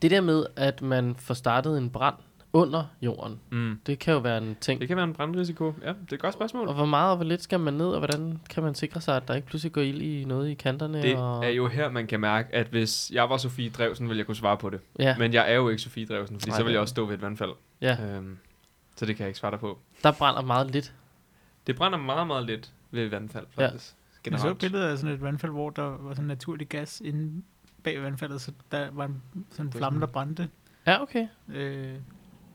det der med, at man får startet en brand under jorden,
Mm.
det kan jo være en ting.
Det kan være en brandrisiko. Ja, det er et godt spørgsmål.
Og hvor meget og hvor lidt skal man ned, og hvordan kan man sikre sig, at der ikke pludselig går ild i noget i kanterne?
Det
og...
er jo her, man kan mærke, at hvis jeg var Sofie Drevsen, ville jeg kunne svare på det.
Ja,
Men jeg er jo ikke Sofie Drevsen, fordi
Nej,
så ville
det-
jeg også stå ved et vandfald.
ja,
Øhm, så det kan jeg ikke svare dig på.
der brænder meget lidt.
Det brænder meget, meget lidt ved et vandfald,
Ja.
faktisk. Ja.
Jeg så
Generelt.
et billede af sådan et vandfald, hvor der var sådan naturlig gas inde bag vandfaldet, så der var en, sådan en flamme, der brændte.
Ja, okay.
Øh,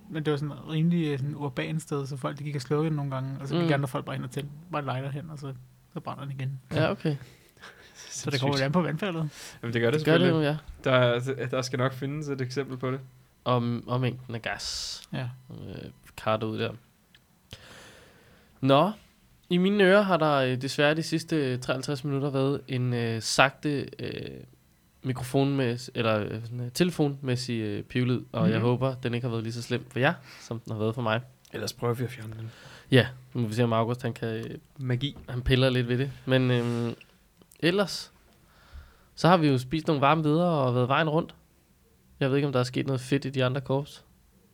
men det var sådan et rimelig øh, sådan urban sted, så folk de gik og slukkede den nogle gange, og så gik
Mm.
andre folk bare hen og til, bare lighter hen, og så, så brænder den igen.
Ja, okay.
Så det kommer jo an på vandfaldet.
Jamen, det gør det,
Det gør det
selvfølgelig.
jo, ja.
Der, er- der skal nok findes et eksempel på det.
om, om mængden af gas,
Ja.
øh, kartet ud der. Nå, i mine ører har der øh, desværre de sidste 53 minutter været en øh, sagte øh, mikrofonmæs- eller øh, sådan, øh, telefonmæssig øh, pivlyd, og mm. jeg
Mhm.
håber, den ikke har været lige så slem for jer, som den har været for mig.
Ellers prøver vi at fjerne den.
Ja, nu må vi se, om August han, kan, øh,
Magi.
han piller lidt ved det. Men øh, ellers, så har vi jo spist nogle varme videre og været vejen rundt. Jeg ved ikke, om der er sket noget fedt i de andre korps.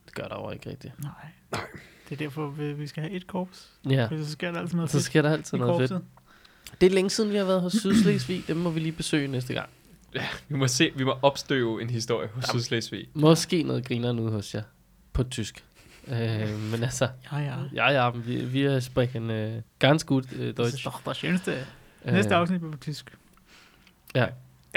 Det gør der jo ikke rigtigt.
Nej. Det er derfor, vi, vi skal have et korps.
Ja,
Ja. Så sker der altid noget
så
fedt
sker der altid
i
noget fedt.
korpset.
Det er længe siden, vi har været hos Sydslesvig. Dem må vi lige besøge næste gang.
Vi må se, vi må opstøve en historie hos
Jamen.
Sydslesvig.
Måske noget griner nu hos jer. På tysk. Øh, men altså,
Ja, ja.
ja, ja, men vi, vi er sprechen øh, ganske gut øh,
Det er
Deutsch.
doch der skönste.
Øh.
Næste afsnit bliver på tysk.
Ja,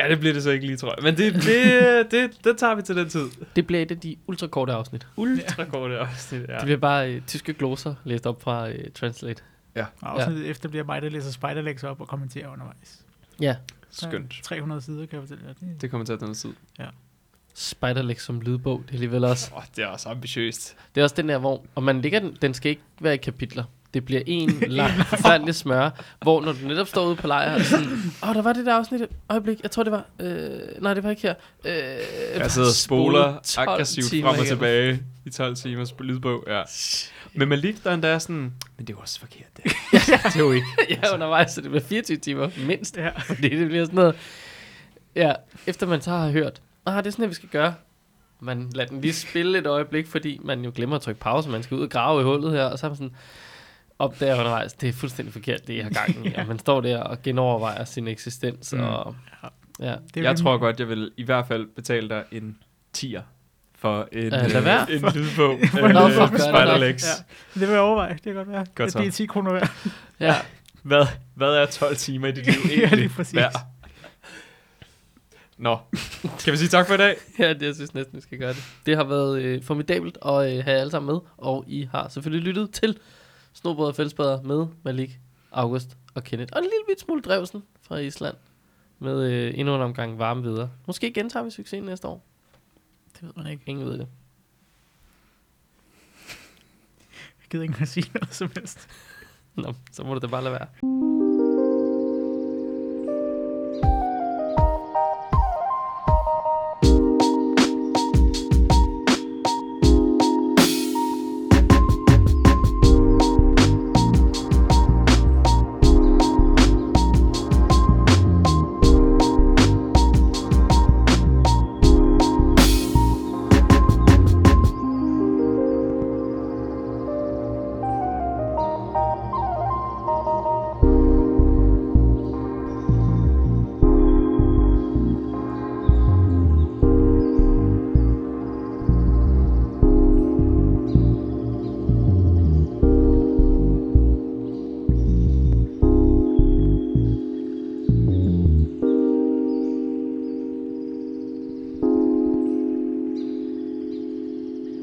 det bliver det så ikke lige, tror
<laughs>
jeg. Men det, det, det, det tager vi til den tid.
Det bliver et af de ultrakorte afsnit.
Ultra korte afsnit, ja.
Det bliver bare øh, tyske gloser læst op fra øh, Translate.
Og afsnittet efter bliver mig, der læser Spiderlegs op og kommenterer undervejs.
Ja,
Så er
Skønt.
300 sider, kan jeg fortælle jer. Det,
Det kommer til at tage noget tid.
Spiderlegs som lydbog, det er alligevel også.
Åh, oh, det er også ambitiøst.
Det er også den der, hvor og man ligger den, den skal ikke være i kapitler. Det bliver en lang forfærdelig smør, hvor når du netop står ude på lejr, og sådan, åh, oh, der var det der afsnit, et øjeblik, jeg tror det var, øh, nej, det var ikke her. Øh,
Jeg sidder og spoler
12
aggressivt
timer
frem og
igennem.
tilbage i 12 timers lydbog, ja. Men Malik, der endda er sådan, men det er jo også forkert, det. det er jo ikke.
Altså. <laughs> ja, undervejs, så det bliver 24 timer, mindst.
ja.
Fordi det bliver sådan noget, Ja, efter man så har hørt, ah, det er sådan, at vi skal gøre. Man lader den lige spille et øjeblik, fordi man jo glemmer at trykke pause, man skal ud og grave i hullet her, og så er man sådan, opdager undervejs, det er fuldstændig forkert, det jeg har <laughs> gang i, og man står der og genovervejer sin eksistens,
Mm.
og ja.
Det er
jeg
rimelig-
tror godt, jeg vil i hvert fald betale dig en 10'er for en, øh,
Ja, lad være.
en lydbog
Nå,
øh,
for
med
fanden.
Spider-Legs.
Ja. Det vil jeg overveje. Det kan godt være.
Godt
Godt
så.
det er 10 kroner værd.
ja.
Hvad, hvad er 12 timer i dit liv
Ja,
egentlig?
lige præcis.
værd? Nå, kan vi sige tak for i dag?
<laughs> Ja, det jeg synes næsten, vi skal gøre det. Det har været øh, formidabelt at øh, have jer alle sammen med, og I har selvfølgelig lyttet til Snobrød og Fællesbader med Malik, August og Kenneth. Og en lille bit smule drevsen fra Island med øh, endnu en omgang varme videre. Måske gentager vi succesen næste år. Det ved man ikke. Ingen ved det.
Jeg gider ikke at sige noget som helst.
Nå, så må du da bare lade være.